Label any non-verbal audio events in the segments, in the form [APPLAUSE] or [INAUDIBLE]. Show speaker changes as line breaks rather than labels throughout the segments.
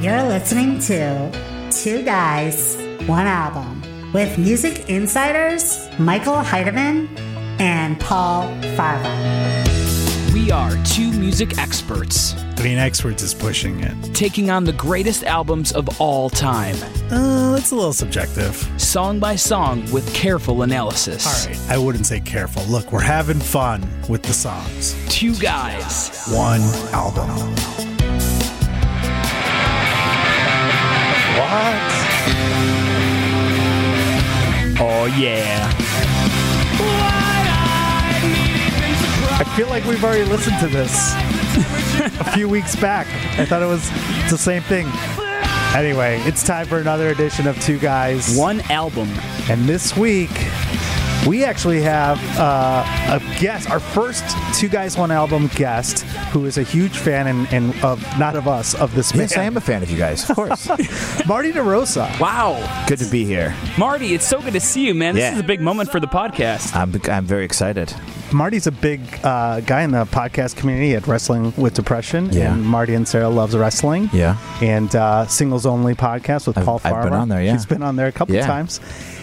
You're listening to Two Guys, One Album with music insiders Michael Heidemann and Paul Farva.
We are two music experts
I mean, experts is pushing it.
taking on the greatest albums of all time,
Uh, it's a little subjective.
song by song with careful analysis.
All right, I wouldn't say careful. Look, we're having fun with the songs.
Two guys,
One album. What?
oh yeah,
I feel like we've already listened
[LAUGHS]
to this a few weeks back. I thought it was it's the same thing. Anyway, it's time for another edition of Two Guys.
one album.
And this week, we actually have uh, a guest, our first Two Guys One Album guest, who is a huge fan and, and of not of us of this
Yes,
man.
I am a fan of you guys.
[LAUGHS]
Of course.
Marty DeRosa.
Wow,
Good to be here.
Marty, it's so good to see you, man. This
Yeah.
is a big moment for the podcast.
I'm, I'm very excited.
Marty's a big uh, guy in the podcast community at Wrestling with Depression.
Yeah.
And Marty and Sarah loves wrestling.
Yeah.
And uh, Singles Only podcast with
I've-
Paul
I've been
Farmer.
on there, yeah.
She's been on there a couple
Yeah.
times.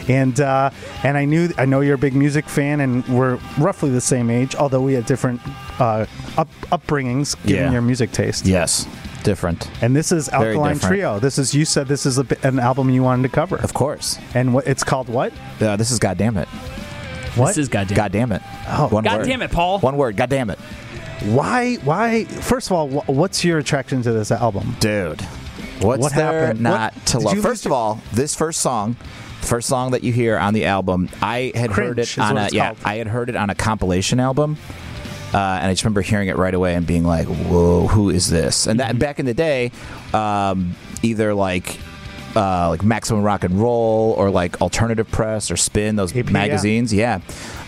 And uh, and I knew I know you're a big music fan, and we're roughly the same age, although we had different uh, up, upbringings given
Yeah.
your music taste.
Yes. Different.
And this is
Very
Alkaline
different.
Trio. This is you said this is a, bi- an album you wanted to cover,
Of course.
and what it's called? What?
Uh, this is goddamn it.
What?
This is goddamn.
God damn it. Oh, One
God
word.
damn it, Paul.
One word. God damn it.
why? Why? First of all, wh- what's your attraction to this album?
Dude. What's
What
there
happened?
not
What-
to
did
love?
you
First
lose
of
your-
all, this first song, the first song that you hear on the album, I had
Cringe
heard
is
it on
what
a
it's
yeah,
called.
I had heard it on a compilation album. Uh, and I just remember hearing it right away and being like, "Whoa, who is this?" And that back in the day, um, either like uh, like Maximum Rock and Roll or like Alternative Press or Spin, those
AP, yeah.
magazines, yeah.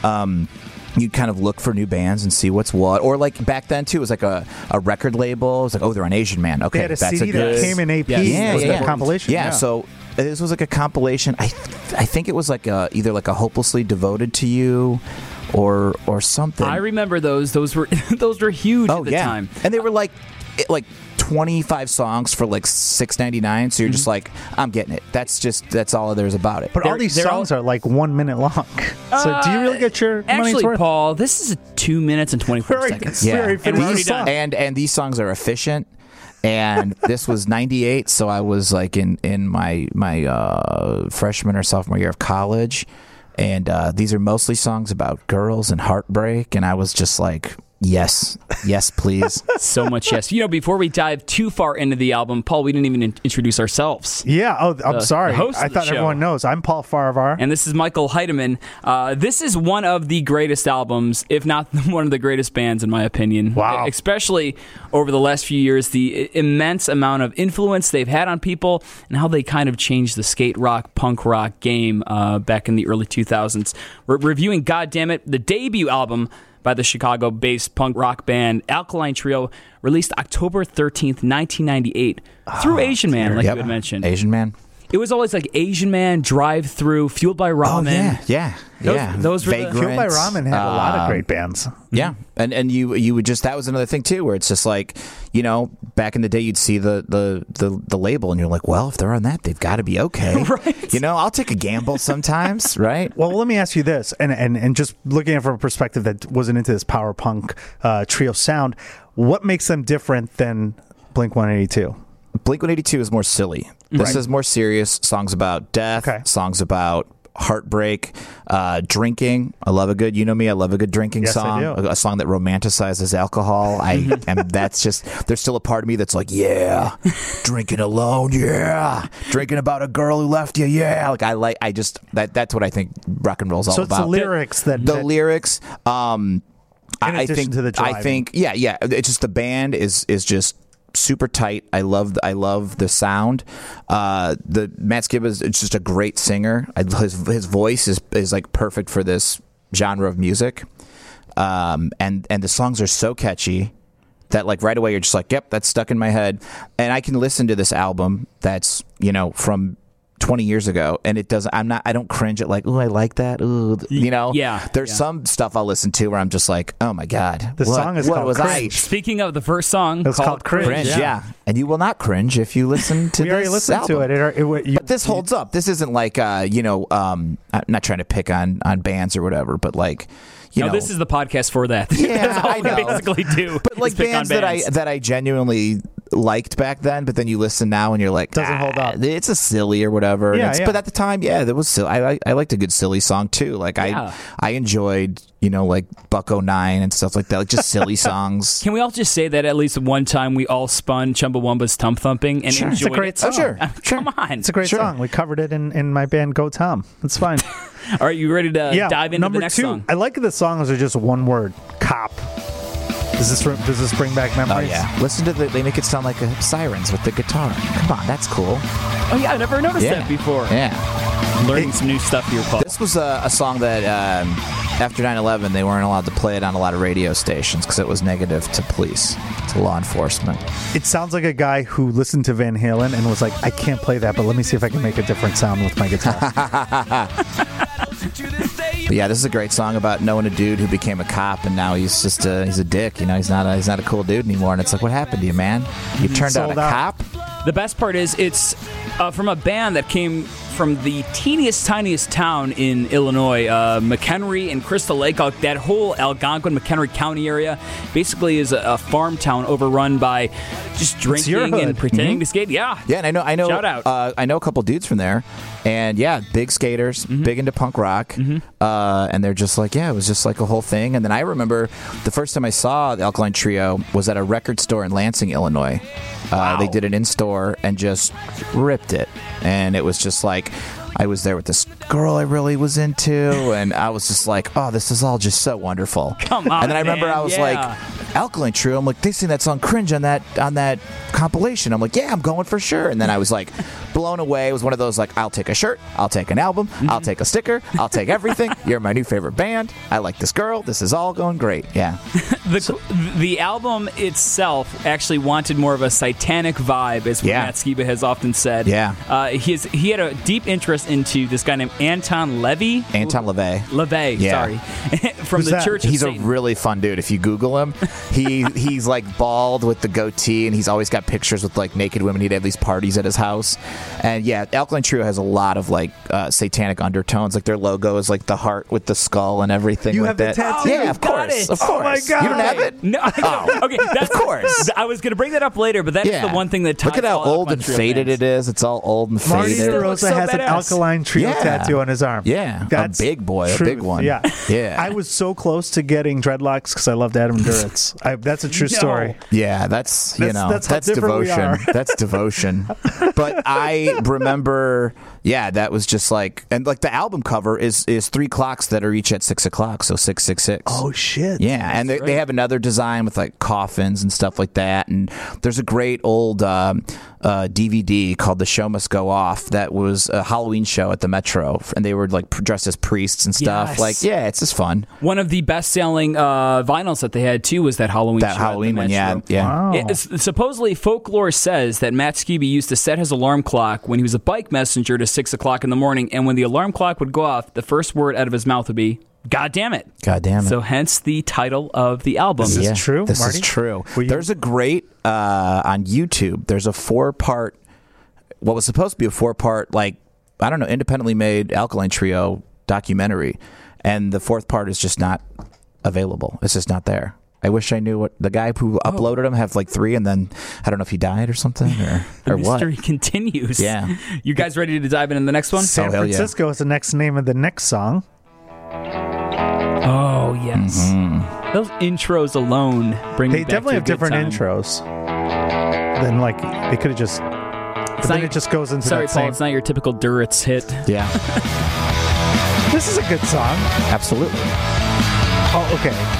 Um, you'd kind of look for new bands and see what's what, or like back then too, it was like a, a record label. It was like, "Oh, they're on Asian Man." Okay,
They had a
that's
CD
a good
that came in AP.
Yes.
yeah,
with
yeah,
the
yeah.
compilation.
Yeah, so this was like a compilation. I, I think it was like a, either like a hopelessly devoted to you, or or something.
I remember those. Those were [LAUGHS] those were huge
oh
at the
yeah,
time.
and they were like it, like. 25 songs for like 6.99 so you're
Mm-hmm.
just like I'm getting it that's just that's all there's about it
but all
They're-
these
they're all-
songs are like one minute long. [LAUGHS] so do you really get your money's
Actually,
worth?
Paul, this is a two minutes and twenty four
Very-
seconds.
yeah
very
And we're already
these,
done.
and and these songs are efficient and this was 98 so I was like in in my my uh, freshman or sophomore year of college and uh, these are mostly songs about girls and heartbreak and I was just like yes yes
[LAUGHS]
please
So much yes. You know, before we dive too far into the album, Paul, we didn't even in- introduce ourselves.
Yeah. Oh, I'm sorry.
the host
I
of the
thought
show.
everyone knows. I'm Paul Farvar.
And this is Michael Heidemann. Uh, this is one of the greatest albums, if not [LAUGHS] one of the greatest bands, in my opinion. E-,
Wow.
Especially over the last few years, the i- immense amount of influence they've had on people and how they kind of changed the skate rock, punk rock game uh, back in the early 2000s. We're reviewing Goddamn It, the debut album by the Chicago based punk rock band Alkaline Trio, released October 13th, 1998, through Asian Man, like
Yep.
you had mentioned.
Asian man
It was always like Asian Man, Drive Through, Fueled by Ramen.
Oh, yeah
Oh, Those-
yeah
those were the-
Vagrant,
Killed by Ramen had a
um,
lot of great bands.
Yeah, and and you you would just that was another thing too, where it's just like you know back in the day you'd see the the the, the label and you're like, well, if they're on that, they've got to be okay,
Right.
You know, I'll take a gamble sometimes, [LAUGHS] right?
Well, let me ask you this, and and and just looking at it from a perspective that wasn't into this power punk uh, trio sound, what makes them different than Blink 182?
Blink 182 is more silly. This is more serious. Songs about death,
Okay.
songs about heartbreak, uh, drinking. I love a good, you know me, I love a good drinking
Yes, I
song.
do. Mm-hmm.
A, a song that romanticizes alcohol. I am, that's just, there's still a part of me that's like,
[LAUGHS]
yeah, drinking alone, yeah, drinking about a girl who left you, yeah. Like, I like, I just, that that's what I think rock and roll's all
So it's
about.
the lyrics that,
the
that-
lyrics, um,
In
I, I
addition
think
to the
I
driving.
think yeah, yeah. It's just the band is is just super tight. I love I love the sound. Uh, the Matt Skiba is it's just a great singer. I, his his voice is is like perfect for this genre of music. Um, and and the songs are so catchy that like right away you're just like, yep, that's stuck in my head. And I can listen to this album that's you know from 20 years ago and it doesn't i'm not i don't cringe at like oh i like that ooh th- you know
yeah,
there's
yeah.
some stuff i'll listen to where i'm just like oh my god
The
what-
song is
what
called
was
Cringe.
Speaking of the first song,
It's
called
called
i
Cringe,
cringe yeah. and you will not cringe if you
[LAUGHS]
listen to
we
this
already listened
album.
to it. It ar- it wa- you-
but this holds up this isn't like uh you know um i'm not trying to pick on on bands or whatever but like you
No,
know
this is the podcast for that. [LAUGHS]
Yeah,
That's all
I
we
know.
basically do.
but like
is pick on
bands, that I
bands.
that I genuinely liked back then, but then you listen now and you're like,
Doesn't
"Ah,
hold up."
It's a silly or whatever. And
Yeah,
it's-
yeah.
But at the time, yeah, that was silly. I li- I liked a good silly song too. Like
Yeah.
I I enjoyed you know like Bucko Nine and stuff like that. Like just silly songs.
Can we all just say that at least one time we all spun Chumbawamba's Tump Thumping and
It's
enjoyed
a great
it?
song.
Oh sure, sure.
Come on.
It's a great
Sure.
song. We covered it in, in my band Go Tom. It's fine.
Are you ready to
yeah.
dive into
number
the next
two.
song?
I like that the songs are just one word. Cop. Does this re- does this bring back
Oh
memories?
yeah, listen to the. They make it sound like a sirens with the guitar. Come on, that's cool.
Oh, yeah, I never noticed
Yeah,
that before.
Yeah.
Learning some new stuff here, Paul.
This was a, a song that um, after 9 11, they weren't allowed to play it on a lot of radio stations because it was negative to police, to law enforcement.
It sounds like a guy who listened to Van Halen and was like, I can't play that, but let me see if I can make a different sound with my guitar.
But yeah, this is a great song about knowing a dude who became a cop and now he's just a, he's a dick. You know, he's not a, he's not a cool dude anymore. And it's like, what happened to you, man? You turned out
Sold
a
out.
cop.
The best part is it's uh, from a band that came from the teeniest, tiniest town in Illinois, uh, McHenry and Crystal Lake. uh, That whole Algonquin, McHenry County area basically is a, a farm town overrun by just
your
drinking and
hood.
pretending to skate. Yeah.
Hmm? Yeah, and I know, I know,
Shout out.
Uh, I know a couple dudes from there, and yeah, big skaters, big into punk rock, uh, and they're just like, yeah, it was just like a whole thing. And then I remember the first time I saw the Alkaline Trio was at a record store in Lansing, Illinois. Uh, They did it in store and just ripped it, and it was just like. I was there with this girl I really was into, and I was just like, "Oh, this is all just so wonderful."
Come on,
And then I remember
man,
I was
yeah.
like, Alkaline Trio. I'm like, they sing that song Cringe on that on that compilation. I'm like, yeah, I'm going for sure. And then I was like, [LAUGHS] blown away. It was one of those like, I'll take a shirt, I'll take an album, I'll
Mm-hmm.
take a sticker, I'll take everything. You're my new favorite band. I like this girl. This is all going great.
[LAUGHS]
Yeah,
The, the album itself actually wanted more of a satanic vibe, as
Yeah.
Matt Skiba has often said.
Yeah.
Uh, he, has, he had a deep interest into this guy named Anton Levy.
Anton LaVey.
Levey,
Yeah.
sorry. [LAUGHS] From
Who's
the
that?
Church of
He's a
Satan.
really fun dude. If you Google him,
[LAUGHS]
he he's like bald with the goatee, and he's always got pictures with like naked women. He'd have these parties at his house, and yeah, Alkaline Trio has a lot of like uh, satanic undertones. Like their logo is like the heart with the skull and everything.
You
like
have the
that.
tattoo.
Yeah,
Oh,
of
you got
course,
it.
of
Oh,
course.
my God.
You don't have it?
No, [LAUGHS] I don't. okay. That's,
Oh, Of course.
I was gonna bring that up later, but that's
Yeah.
the one thing that
Look
ties
at how
all
old
Alkaline
and
Trio
faded
bands.
it is. It's all old and
Marty
Still
faded.
looks
DeRosa
so
has an
badass.
alkaline trio
Yeah.
tattoo on his arm.
Yeah,
That's
a big boy, a big
truth.
one.
Yeah.
yeah,
I was so close to getting dreadlocks because I loved Adam Duritz. I, that's a true
No.
story.
Yeah, that's you
That's-
know
that's
that's,
how different we
devotion.
are.
[LAUGHS]
[LAUGHS]
that's devotion. But I remember, yeah, that was just like and like the album cover is is three clocks that are each at six o'clock, so six six six.
Oh shit!
Yeah, and they, they have another design with like coffins and stuff like that. And there's a great old um, uh, DVD called "The Show Must Go Off" that was a Halloween show at the Metro, and they were like dressed as priests and stuff.
Yes.
Like, yeah, it's just fun.
One of the best-selling uh, vinyls that they had too was that Halloween. show
That
at the
Halloween one, yeah,
Metro.
yeah.
Wow.
It- it's- supposedly, folklore says that Matt Skiba used to set his alarm clock when he was a bike messenger to six o'clock in the morning, and when the alarm clock would go off, the first word out of his mouth would be "God damn it."
God damn it.
So, hence the title of the album.
This is true,
This
Marty?
is true.
Will you-
There's a great uh, on YouTube. There's a four part, what was supposed to be a four part, like I don't know, independently made Alkaline Trio documentary, and the fourth part is just not available. It's just not there. I wish I knew what the guy who
Oh.
uploaded them have like three, and then I don't know if he died or something
[LAUGHS]
or
The
or what.
mystery [LAUGHS] continues.
Yeah.
You guys ready to dive into the next one?
San
Oh, hell yeah.
Francisco is the next name of the next song.
Oh yes, those intros alone bring.
Mm-hmm. They
me back
definitely
to a
have
good
different
time.
intros. Then like they could have just. But
It's
then
not-
it just goes into
Sorry,
that
Paul,
same.
it's not your typical Duritz hit.
Yeah,
This is a good song. [LAUGHS]
absolutely.
Oh, okay.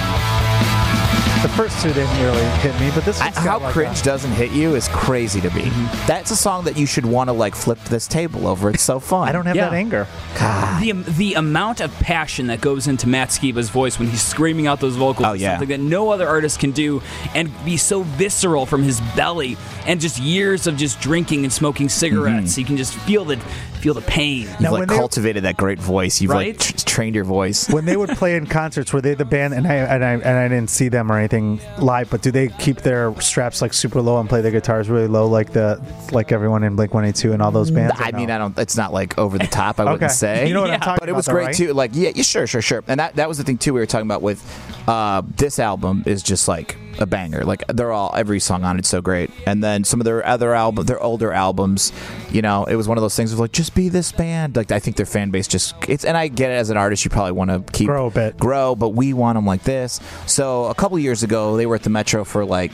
The first two didn't really hit me, but this
I,
one's got
how
like
cringe
A, Mm-hmm.
doesn't hit you is crazy to me. That's a song that you should want to like flip this table over. It's so fun.
I don't have
Yeah.
that anger. Ah.
The the amount of passion that goes into Matt Skiba's voice when he's screaming out those vocals
Oh,
is
yeah.
something that no other artist can do, and be so visceral
Mm-hmm.
from his belly, and just years of just drinking and smoking cigarettes, you can just feel the feel the pain.
You've
Now,
like
when they-
cultivated that great voice. You've
Right?
like tr- trained your voice.
when they would play in concerts, were they the band? And I and I and I didn't see them or anything live, but do they keep their straps like super low and play their guitars really low, like the like everyone in Blink One Eight Two and all those bands? or
I
no?
mean, I don't. It's not like over the top.
[LAUGHS]
I
Okay.
wouldn't say.
You know what I'm talking
But it was
about, though,
great
right?
too. Like, yeah, yeah, sure, sure, sure. And that that was the thing too. We were talking about with uh, this album is just like a banger. Like they're all every song on it's so great. And then some of their other album, their older albums, you know, it was one of those things of like just be this band. Like I think their fan base just it's. And I get it as an artist, you probably want to keep
Grow a bit.
grow, but we want them like this. So a couple years ago, they were at the Metro for like.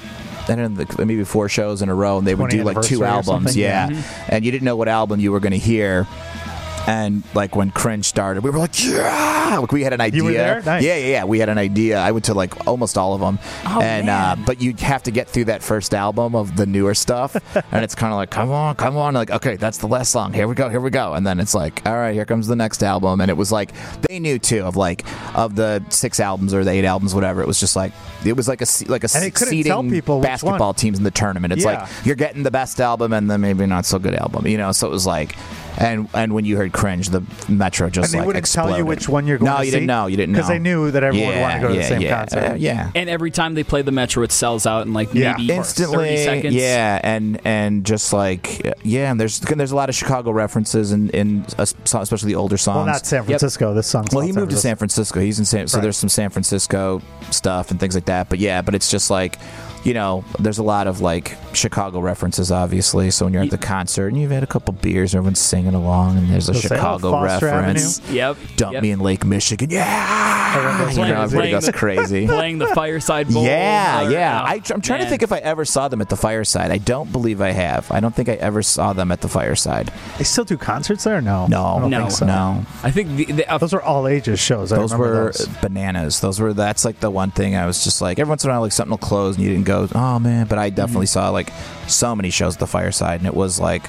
I don't know, like, maybe four shows in a row, and they would
20
do like
anniversary or
two albums.
something.
Yeah. And you didn't know what album you were going to hear. And like when Cringe started, we were like, yeah, like we had an idea.
were there? Nice.
Yeah, yeah, yeah. We had an idea. I went to like almost all of them.
Oh,
and
man.
uh but you have to get through that first album of the
[LAUGHS]
newer stuff, and it's kind of like, come on, come on, like okay, that's the last song. Here we go, here we go. And then it's like, all right, here comes the next album. And it was like they knew too of like of the six albums or the eight albums, whatever. It was just like it was like a se- like a
And they couldn't
seeding
tell people which one.
basketball teams in the tournament. It's
Yeah.
like you're getting the best album and then maybe not so good album, you know. So it was like, and and when you heard cringe, the Metro just
And they
like
wouldn't
exploded.
tell you which one you're going
no,
to
you didn't know. You didn't know
Because they knew that everyone would
yeah,
want to go to
yeah,
the same
yeah,
concert.
uh, yeah,
And every time they play the Metro, it sells out in like
Yeah.
maybe
instantly.
30 seconds.
Yeah, and and just like yeah, and there's there's a lot of Chicago references in in uh, so- especially the older songs.
Well, not San Francisco. This song's
Well,
not
he moved to
Francisco.
San Francisco. He's in San, so
Right.
there's some San Francisco stuff and things like that. But yeah, but it's just like, you know, there's a lot of like Chicago references, obviously. So when you're at the concert and you've had a couple beers, everyone's singing along, and there's a
They'll say, "Oh,
Chicago
Foster
reference.
Yep.
Dump
yep.
me in Lake Michigan, yeah.
Everyone goes
You know,
crazy.
everybody goes
[LAUGHS]
crazy.
Playing the Fireside Bowl.
Yeah,
or-
yeah.
oh,
I, I'm trying to
man.
think if I ever saw them at the fireside. I don't believe I have. I don't think I ever saw them at the fireside.
They still do concerts there? No.
No,
I don't
No.
think so.
no.
I think the, the, uh,
Those were all ages shows. I
those
remember
were
those.
bananas. Those were that's like the one thing I was just like every once in a while like something will close and you didn't go oh man, but I definitely
Mm-hmm.
saw like so many shows at the fireside and it was like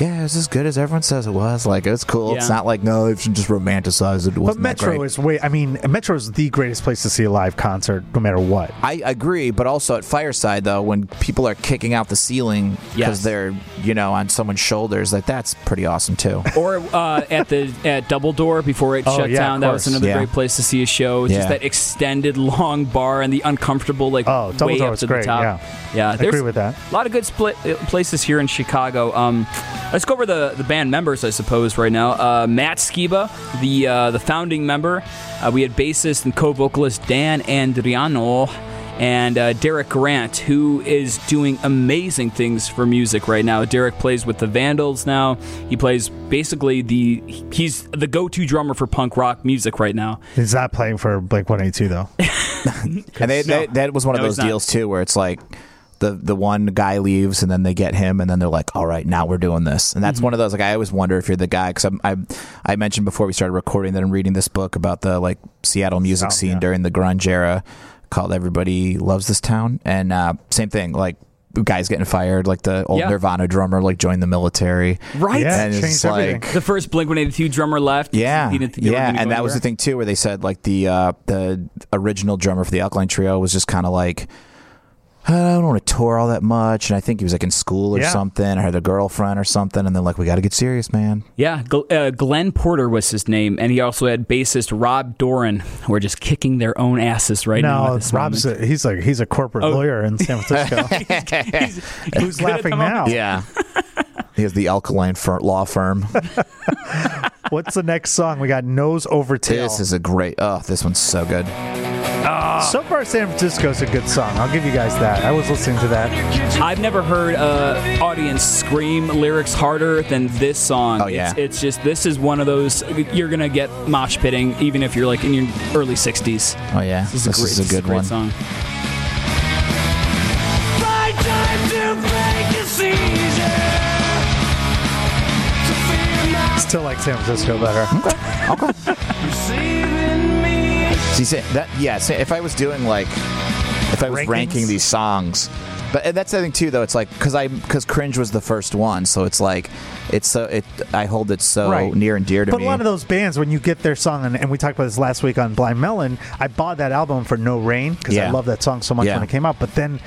yeah, it's as good as everyone says it was. Like it's cool. It's
Yeah.
not like no, if you just romanticize it. it
But
wasn't that
Metro
great."
is way. I mean, Metro is the greatest place to see a live concert, no matter what.
I agree, but also at Fireside though, when people are kicking out the ceiling because
Yes.
they're you know on someone's shoulders, like that's pretty awesome too.
or uh, at the at Double Door before it
Oh,
shut
yeah, of
down. That was
course.
another
Yeah.
great place to see a show. It's Just
Yeah.
that extended long bar and the uncomfortable like
Oh, Double
way
Door
up
was
to
great,
the top.
yeah.
yeah
I
there's
agree with that.
A lot of good split uh, places here in Chicago. Um, let's go over the, the band members, I suppose, right now. Uh, Matt Skiba, the uh, the founding member. Uh, we had bassist and co-vocalist Dan Andriano. And uh, Derek Grant, who is doing amazing things for music right now. Derek plays with the Vandals now. He plays basically the he's the go-to drummer for punk rock music right now.
He's not playing for Blink One Eight Two though.
[LAUGHS]
And they, they, that was one of
No,
those
it's not.
deals too, where it's like the the one guy leaves, and then they get him, and then they're like, "All right, now we're doing this." And that's one of those like I always wonder if you're the guy because I I mentioned before we started recording that I'm reading this book about the like Seattle
Sound,
music scene
yeah.
during the grunge era called "Everybody Loves This Town," and uh, same thing like. Guys getting fired, like the old
Yeah.
Nirvana drummer, like joined the military,
Right.
Yeah,
and it's
changed everything.
like
The first Blink 182 drummer left.
yeah,
He didn't think they were
yeah,
gonna go
and that was
anywhere.
the thing too, where they said like the uh, the original drummer for the Alkaline Trio was just kind of like. I don't want to tour all that much, and I think he was like in school or
Yeah.
something, or had a girlfriend or something, and they're like, "We got to get serious, man."
Yeah, Gl- uh, Glenn Porter was his name, and he also had bassist Rob Doran, who are just kicking their own asses right now.
no,
at this
Rob's
moment. Oh.
a, he's like he's a corporate lawyer in
[LAUGHS]
San Francisco.
[LAUGHS]
Who's laughing now?
[LAUGHS]
Yeah, he has the Alkaline fir- Law Firm.
What's the next song? We got Nose Over Tail.
this is a great. Oh, this one's so good.
so far, San Francisco's a good song. I'll give you guys that. I was listening to that.
I've never heard a audience scream lyrics harder than this song.
Oh, yeah.
it's, it's just this is one of those you're gonna get mosh pitting even if you're like in your early 60s.
Oh yeah,
This is a, great,
a good
great
one.
song.
My time to make is easy.
Still like San Francisco better.
See, say- that yeah. say- if I was doing like, if I was
Rankings?
ranking these songs, but and that's the thing too, though. It's like because I because cringe was the first one, so it's like it's so it. I hold it so
Right.
near and dear to
But
me.
a lot of those bands, when you get their song, and, and we talked about this last week on Blind Melon, I bought that album for No Rain because I
Yeah.
love that song so much
Yeah.
when it came out. But then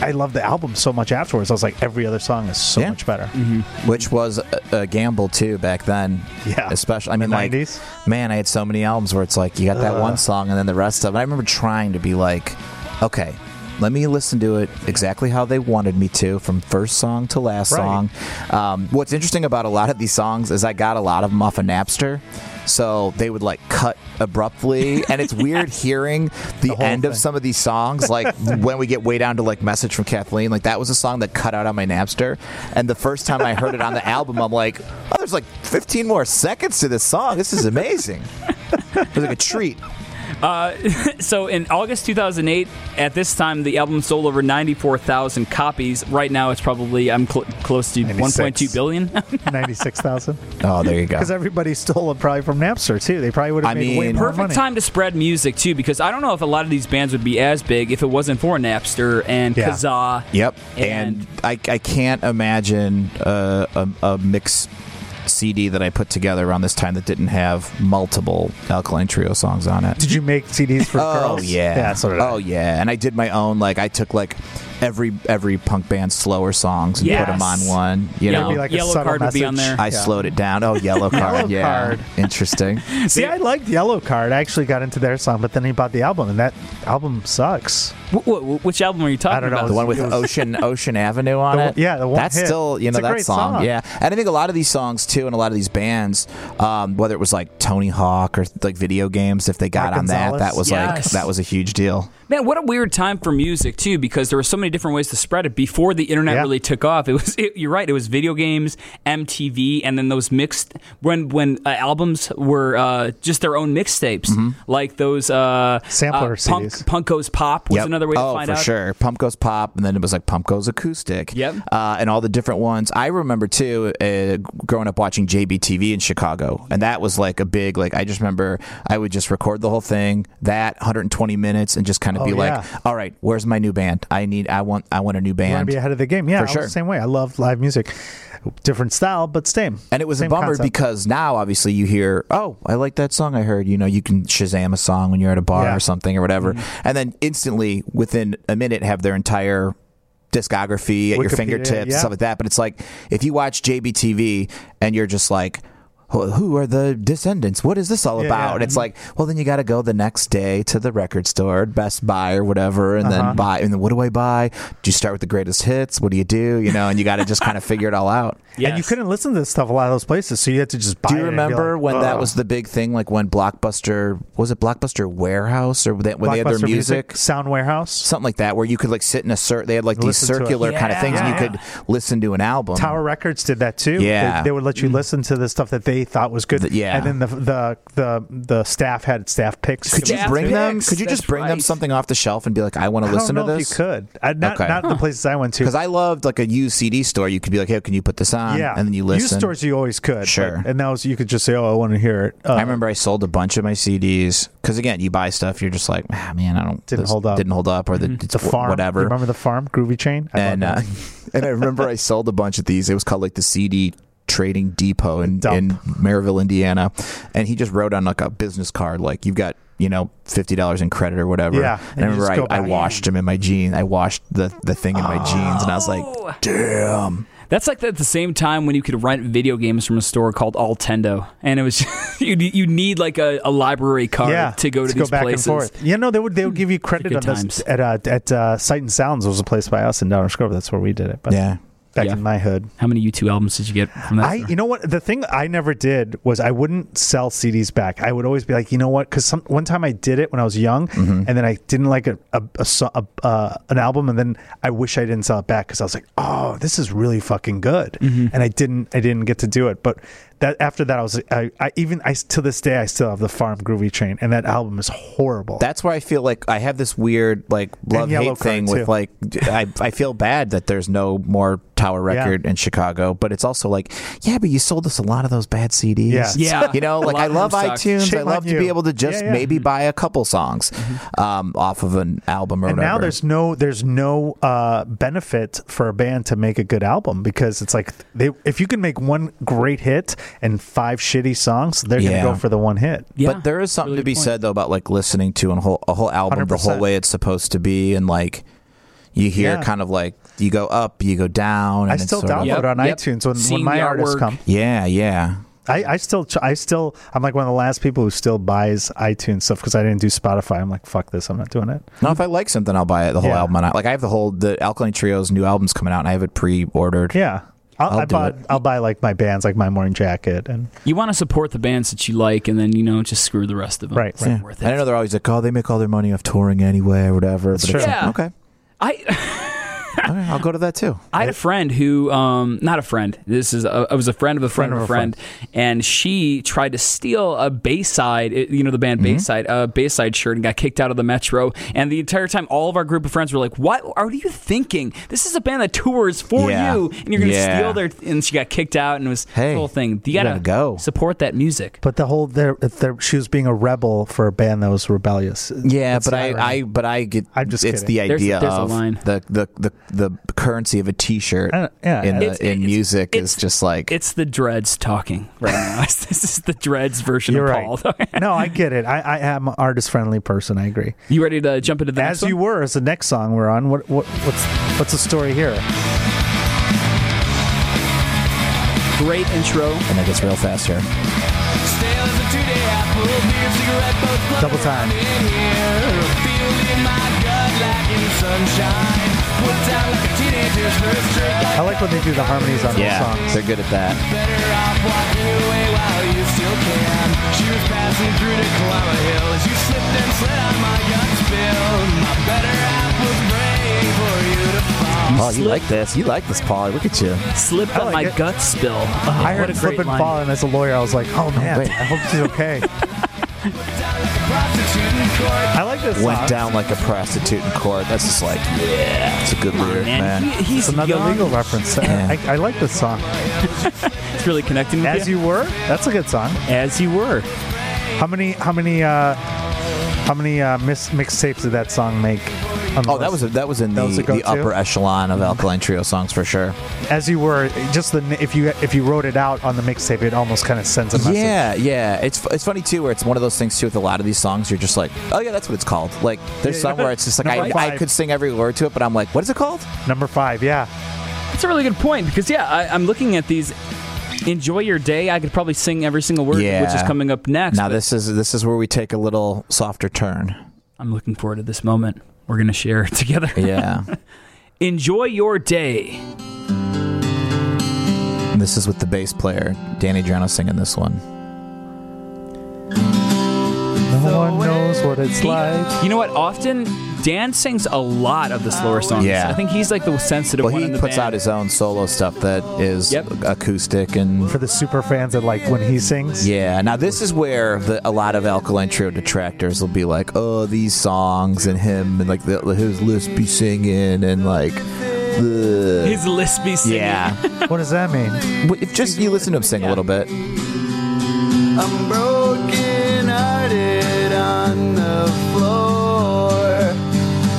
I loved the album so much afterwards. I was like, every other song is so
Yeah. Mm-hmm.
much better. [LAUGHS]
which was a, a gamble too back then.
Yeah.
especially I mean,
The
like,
90s?
man, I had so many albums where it's like you got that one song and then the rest of it. I remember trying to be like, okay. Let me listen to it exactly how they wanted me to, from first song to last
Right.
song. Um, what's interesting about a lot of these songs is I got a lot of them off of Napster, so they would like cut
[LAUGHS]
abruptly, and it's weird hearing the,
whole
end of
thing.
some of these
[LAUGHS]
songs. Like when we get way down to like "Message from Kathleen," like that was a song that cut out on my Napster, and the first time I heard it on the album, I'm like, "Oh, there's like 15 more seconds to this song. This is amazing." It was like a treat.
So in August 2008, at this time, the album sold over 94,000 copies. Right now, it's probably I'm cl- close to
96.
1.2 billion. [LAUGHS]
[LAUGHS]
96,000.
Oh,
[LAUGHS]
there you go.
Because everybody stole it probably from Napster, too. They probably would
I
have made way
mean-
more
Perfect
money.
time to spread music too, because I don't know if a lot of these bands would be as big if it wasn't for Napster and
Yeah.
Kazaa.
Yep.
And-
And, I, I can't imagine uh, a, a mix CD that I put together around this time that didn't have multiple Alkaline Trio songs on it.
Did you make CDs for
[LAUGHS] Oh
girls?
yeah.
Yeah, so did I.
oh yeah. And I did my own. Like I took like every every punk band's slower songs and put 'em put
Yes.
them on one. You
Yeah.
know.
It'd be like a
Yellow
subtle
Card would be on
message.
there.
Oh, I slowed it down. Oh, yellow
[LAUGHS] Yellow
card. yeah,
Card.
interesting.
[LAUGHS] See, I liked Yellow Card. I actually got into their song, but then he bought the album, and that album sucks.
Wh- wh- which album are you talking
I don't know.
about?
The one
[LAUGHS]
with Ocean Ocean Avenue on
The one-
it.
yeah, the one
That's
hit.
still you
It's
know
a
that
great
song.
song.
Yeah, and I think a lot of these songs too, and a lot of these bands, um, whether it was like Tony Hawk or like video games, if they got
Mike
on that,
Gonzalez.
that was
Yes.
like that was a huge deal.
Man, what a weird time for music too, because there were so many different ways to spread it before the internet
Yeah.
really took off. It was it, you're right. It was video games, MTV, and then those mixed when when uh, albums were uh, just their own mixtapes, like those uh,
Mm-hmm. Sampler
uh, Punk,
CDs.
Punk Goes Pop was
Yep.
another way to
oh,
find
for
out.
sure. Pump goes pop, and then it was like pump goes acoustic.
Yep.
Uh, and all the different ones. I remember too, uh, growing up watching JBTV in Chicago, and that was like a big like. I just remember I would just record the whole thing, that 120 minutes, and just kind of
Oh,
be like,
yeah.
"All right, where's my new band? I need, I want, I want a new
You want
band."
to be ahead of the game. Yeah, I was
sure.
the same way. I love live music. Different style, but same.
And it was
Same
a bummer
concept.
because now obviously you hear, oh, I like that song I heard. You know, you can Shazam a song when you're at a bar
Yeah. Mm-hmm.
or something or whatever, and then instantly within a minute have their entire discography at your
Wikipedia,
fingertips and
yeah.
stuff like that. But it's like if you watch JBTV and you're just like. "Who- Who are the descendants? What is this all
Yeah, Mm-hmm.
about?
yeah.
And it's like, well, then you got to go the next day to the record store, Best Buy or whatever, and
Uh-huh.
then buy. And then what do I buy? Do you start with the greatest hits? What do you do? You know, and you got to just kind of figure it all
[LAUGHS]
out.
And you
Yes.
couldn't listen to this stuff a lot of those places, so you had to just buy
Do
it
you
and be
remember
like, "Oh,
when that
"Ugh."
was the big thing? Like when Blockbuster was it Blockbuster Warehouse or that, when they had their
Blockbuster
music,
Sound Warehouse,
something like that, where you could like sit in a cir They had like these
Listen to it.
circular kind of things,
Yeah.
and you could listen to an album.
Tower Records did that too.
Yeah.
they, they would let you listen to the stuff that they thought was good.
Th- yeah.
and then the the the, the staff had staff picks.
could you
Staff
bring them?
picks,
Could you just
that's
bring them
right.
something off the shelf and be like, I want to listen
I don't
to
know
this?
If you could, I, not
Okay.
not the places I went to.
Because I loved like a used CD store. You could be like, Hey, can you put this on?
yeah,
and then you listen.
Used stores you always could. but-
Sure.
and that was you could just say, "Oh, I want to hear it." Uh,
I remember I sold a bunch of my CDs because again, you buy stuff, you're just like, ah, man, I don't
Didn't
this
hold up." Mm-hmm.
didn't hold up, or the, it's
the farm.
whatever.
You remember the farm groovy chain? I
and
love
uh,
that.
[LAUGHS] and I remember I sold a bunch of these. It was called like the CD Trading Depot in, in
Dump.
Maryville, Indiana, and he just wrote on like a business card like you've got you know fifty dollars in credit or whatever.
Yeah,
and I
and you just
remember
go
I, I
back.
washed him in my jeans. I washed the the thing in my jeans, and I was
Oh.
like, damn.
That's like at the same time when you could rent video games from a store called Altendo, and it was [LAUGHS] you you need like a, a library card
yeah,
to go to
Let's
these
back
places.
And forth. You know, they would they would give you credit on
good
this
times.
at uh, at uh, Sight and Sounds was a place by us in Downers Grove. That's where we did it. But
Yeah.
back
Yeah.
in my hood,
How many U2 albums did you get from that?
I
store?
you know what the thing I never did was I wouldn't sell CDs back. I would always be like, you know what? Because one time I did it when I was young,
Mm-hmm.
and then I didn't like a, a, a, so- a uh, an album, and then I wish I didn't sell it back because I was like, oh, this is really fucking good,
Mm-hmm.
and I didn't I didn't get to do it. But that after that, I was I, I even I to this day I still have the Farm Groovy Train, and that album is horrible.
That's where I feel like I have this weird like love
Yellow
hate thing
Card,
with
too.
like I I feel bad that there's no more Tower
Yeah.
Record in Chicago, but it's also like yeah, but you sold us a lot of those bad CDs.
Yeah.
Yeah.
[LAUGHS] you know,
A
like
lot
I
of them
love
sucked.
iTunes. I
Shame
love
on
to be
you.
able to just
Yeah, yeah.
maybe buy a couple songs um, off of an album or
and
whatever.
now there's no there's no uh, benefit for a band to make a good album because it's like they if you can make one great hit and five shitty songs, they're
Yeah.
gonna go for the one hit.
Yeah,
but there is something
really
to be
good point.
said though about like listening to a whole a whole album the whole
100%.
way it's supposed to be and like you hear
Yeah.
kind of like you go up, you go down. And
I
it's
still
sort of-
download
Yep,
it on
yep.
iTunes when,
Seeing
when my
the
artists
artwork.
come.
Yeah, yeah.
I, I still, ch- I still, I'm like one of the last people who still buys iTunes stuff because I didn't do Spotify. I'm like, fuck this, I'm not doing it.
No, if I like something, I'll buy it the whole
Yeah.
album. And I, like I have the whole the Alkaline Trio's new album's coming out, and I have it pre-ordered.
Yeah, I'll,
I'll
I
do
bought,
it.
I'll buy like my bands, like My Morning Jacket, and
You want to support the bands that you like, and then you know just screw the rest of them.
Right,
It's
right.
not
Yeah.
worth
And I know
it.
they're always like, oh, they make all their money off touring anyway or whatever. but
true.
it's like,
Yeah.
okay.
I
okay, I'll go to
[LAUGHS]
that too.
I had a friend who, um, not a friend. This is a, I was a friend of a friend, of a friend, and she tried to steal a Bayside, it- you know, the band Bayside, a Bayside shirt, and got kicked out of the Metro. And the entire time, all of our group of friends were like, "What are you thinking? This is a band that tours for
Yeah.
you, and you're going to
Yeah.
steal their." And she got kicked out, and it was
Hey,
the whole thing. You
you
gotta,
gotta go.
support that music.
but the whole there, there, she was being a rebel for a band that was rebellious.
Yeah,
That's
but I,
irony.
I, but I get.
I'm just
It's
kidding.
the
There's-
idea
there's a
of
line.
the the the the currency of a T-shirt.
I don't- Uh, yeah,
in the,
It's-
in
it's-
music
it's-
is just like
It's the Dreads talking right now. [LAUGHS] this is the Dreads version
You're
of
right.
Paul. [LAUGHS]
no, I get it. I, I am an artist friendly person. I agree.
you ready to jump into the next
As you
one?
were, is the next song we're on. What, what what's what's the story here?
Great intro.
and it gets real fast here.
Double time. I like when they do the harmonies on
Yeah,
the songs.
they're good at that. Oh, you like this? You like this, Paul? Look at you.
Slipped on my
it.
gut spill. Oh,
I heard
what
it
a
flip
great
and
line.
fall, and as a lawyer, I was like, oh man,
wait.
I hope she's
[LAUGHS]
okay. I like this
Went
song.
down like a prostitute in court. That's just like, yeah, it's a good lyric,
Man,
man.
he- he's
It's another
young.
legal reference. I, I like this song.
It's really connecting with
As you were, that's a good song.
As you were.
How many? How many? Uh, how many uh, mis- mixtapes did that song make? on the
Oh, that was
list?
a, that was in
That
the,
was a
the
go-to?
upper echelon of Alkaline Trio songs for sure.
as you were. Just the n- if you if you wrote it out on the mixtape, it almost kind of sends a message.
Yeah, yeah. It's it's funny too, where it's one of those things too. With a lot of these songs, you're just like, oh yeah, that's what it's called. Like there's
Yeah,
some
yeah.
where it's just like
Number
I, I
five.
could sing every word to it, but I'm like, what is it called?
Number five. Yeah.
That's a really good point because, yeah, I, I'm looking at these. Enjoy your day. I could probably sing every single word,
Yeah.
which is coming up next.
now
but
this is this is where we take a little softer turn.
I'm looking forward to this moment. We're going to share [LAUGHS] it together.
Yeah,
Enjoy your day.
And this is with the bass player Danny Drano singing this one.
No one knows what it's like.
You know what? Often Dan sings a lot of the slower songs.
Yeah.
I think he's like the sensitive
Well,
one.
he
in the
puts
band.
out his own solo stuff that is
Yep.
acoustic and
For the super fans that like when he sings.
Yeah, now this is where the, a lot of Alkaline Trio detractors will be like, "Oh, these songs and him and like the, his list be singing and like." the
his lispy singing.
yeah,
What does that mean?
But if just you listen to him sing a little bit.
I'm broken hearted on the floor.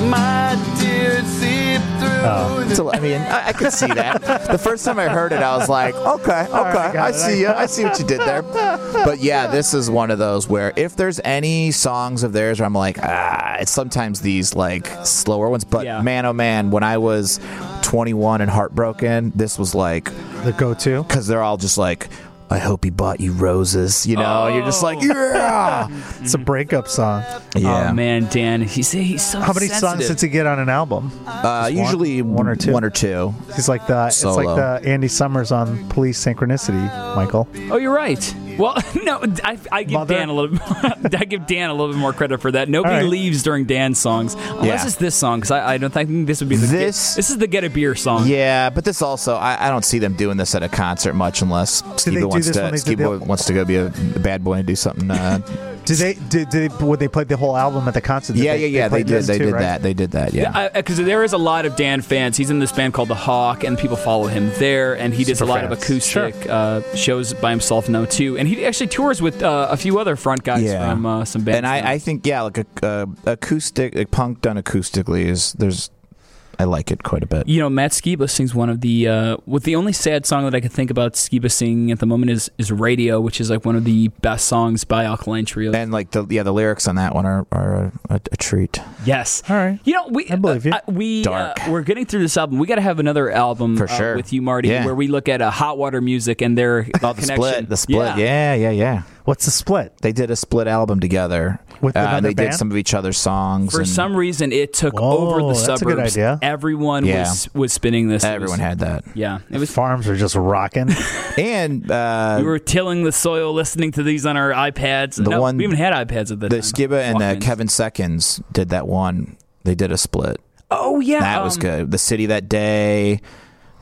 My tears seep through.
It's a- I mean, I, I could see that. the first time I heard it, I was like, "Okay, okay, I see you. I see what you did there." But yeah, this is one of those where if there's any songs of theirs where I'm like, ah, it's sometimes these like slower ones. But
Yeah.
man, oh man, when I was 21 and heartbroken, this was like
The go-to.
because they're all just like. I hope he bought you roses. You know, you're just
Oh.
like, yeah,
It's a breakup song.
yeah.
Oh man, Dan, he's he's so.
How many songs
sensitive.
does he get on an album?
Uh,
one-
usually
one or two?
one or two.
He's like the it's
Solo.
like the Andy Summers on Police Synchronicity, Michael.
Oh, you're right. Well, [LAUGHS] no, I, I give
Mother?
Dan a little. I give Dan a little bit [LAUGHS] more credit for that. Nobody
All right.
leaves during Dan's songs, unless
Yeah.
it's this song, because I, I don't think this would be the get-
This-
this is the get a beer song.
Yeah, but this also I, I don't see them doing this at a concert much unless
they
Stevie
do
wants
this when
to
they
Stevie
did the-
wants to go be a bad boy and do something. Uh,
Did [LAUGHS] they did, did they, would they play the whole album at the concert? Did
yeah, yeah, yeah. They,
played
did.
this
They
too,
did
right?
that. They did that. Yeah.
Because uh, there is a lot of Dan fans. He's in this band called The Hawk, and people follow him there. And he does a
Super
lot of
fans.
acoustic uh, shows by himself now too. And he actually tours with uh, a few other front guys
yeah,
from uh, some bands.
and I,
now.
uh, I think yeah, like a, uh, acoustic like punk done acoustically is there's I like it quite a bit.
You know, Matt Skiba sings one of the uh, what the only sad song that I can think about Skiba singing at the moment is is Radio, which is like one of the best songs by Alkaline Trio.
And like the yeah, the lyrics on that one are, are a, a treat.
yes,
All right.
You know, we
I believe you.
uh, we
Dark.
Uh, we're getting through this album. We got to have another album
For
uh,
sure.
with you, Marty,
Yeah.
where we look at uh, Hot Water Music and their uh,
Oh, [LAUGHS] the
connection.
split, the split. Yeah, yeah, yeah.
What's the split?
They did a split album together.
With
uh,
another
they
band?
did some of each other's songs.
For
and
some reason, it took
Whoa,
over the
that's a
suburbs.
good idea.
Everyone
Yeah.
was was spinning this. It
everyone
was-
had that.
Yeah, it was.
Farms are
[LAUGHS]
just rocking.
And uh,
We were tilling the soil, listening to these on our iPads.
The
no,
one-
we even had iPads at the,
the
time.
Skiba and uh,
Walkmans.
Kevin Seconds did that one. They did a split.
Oh yeah,
That was
um,
good. The city that day.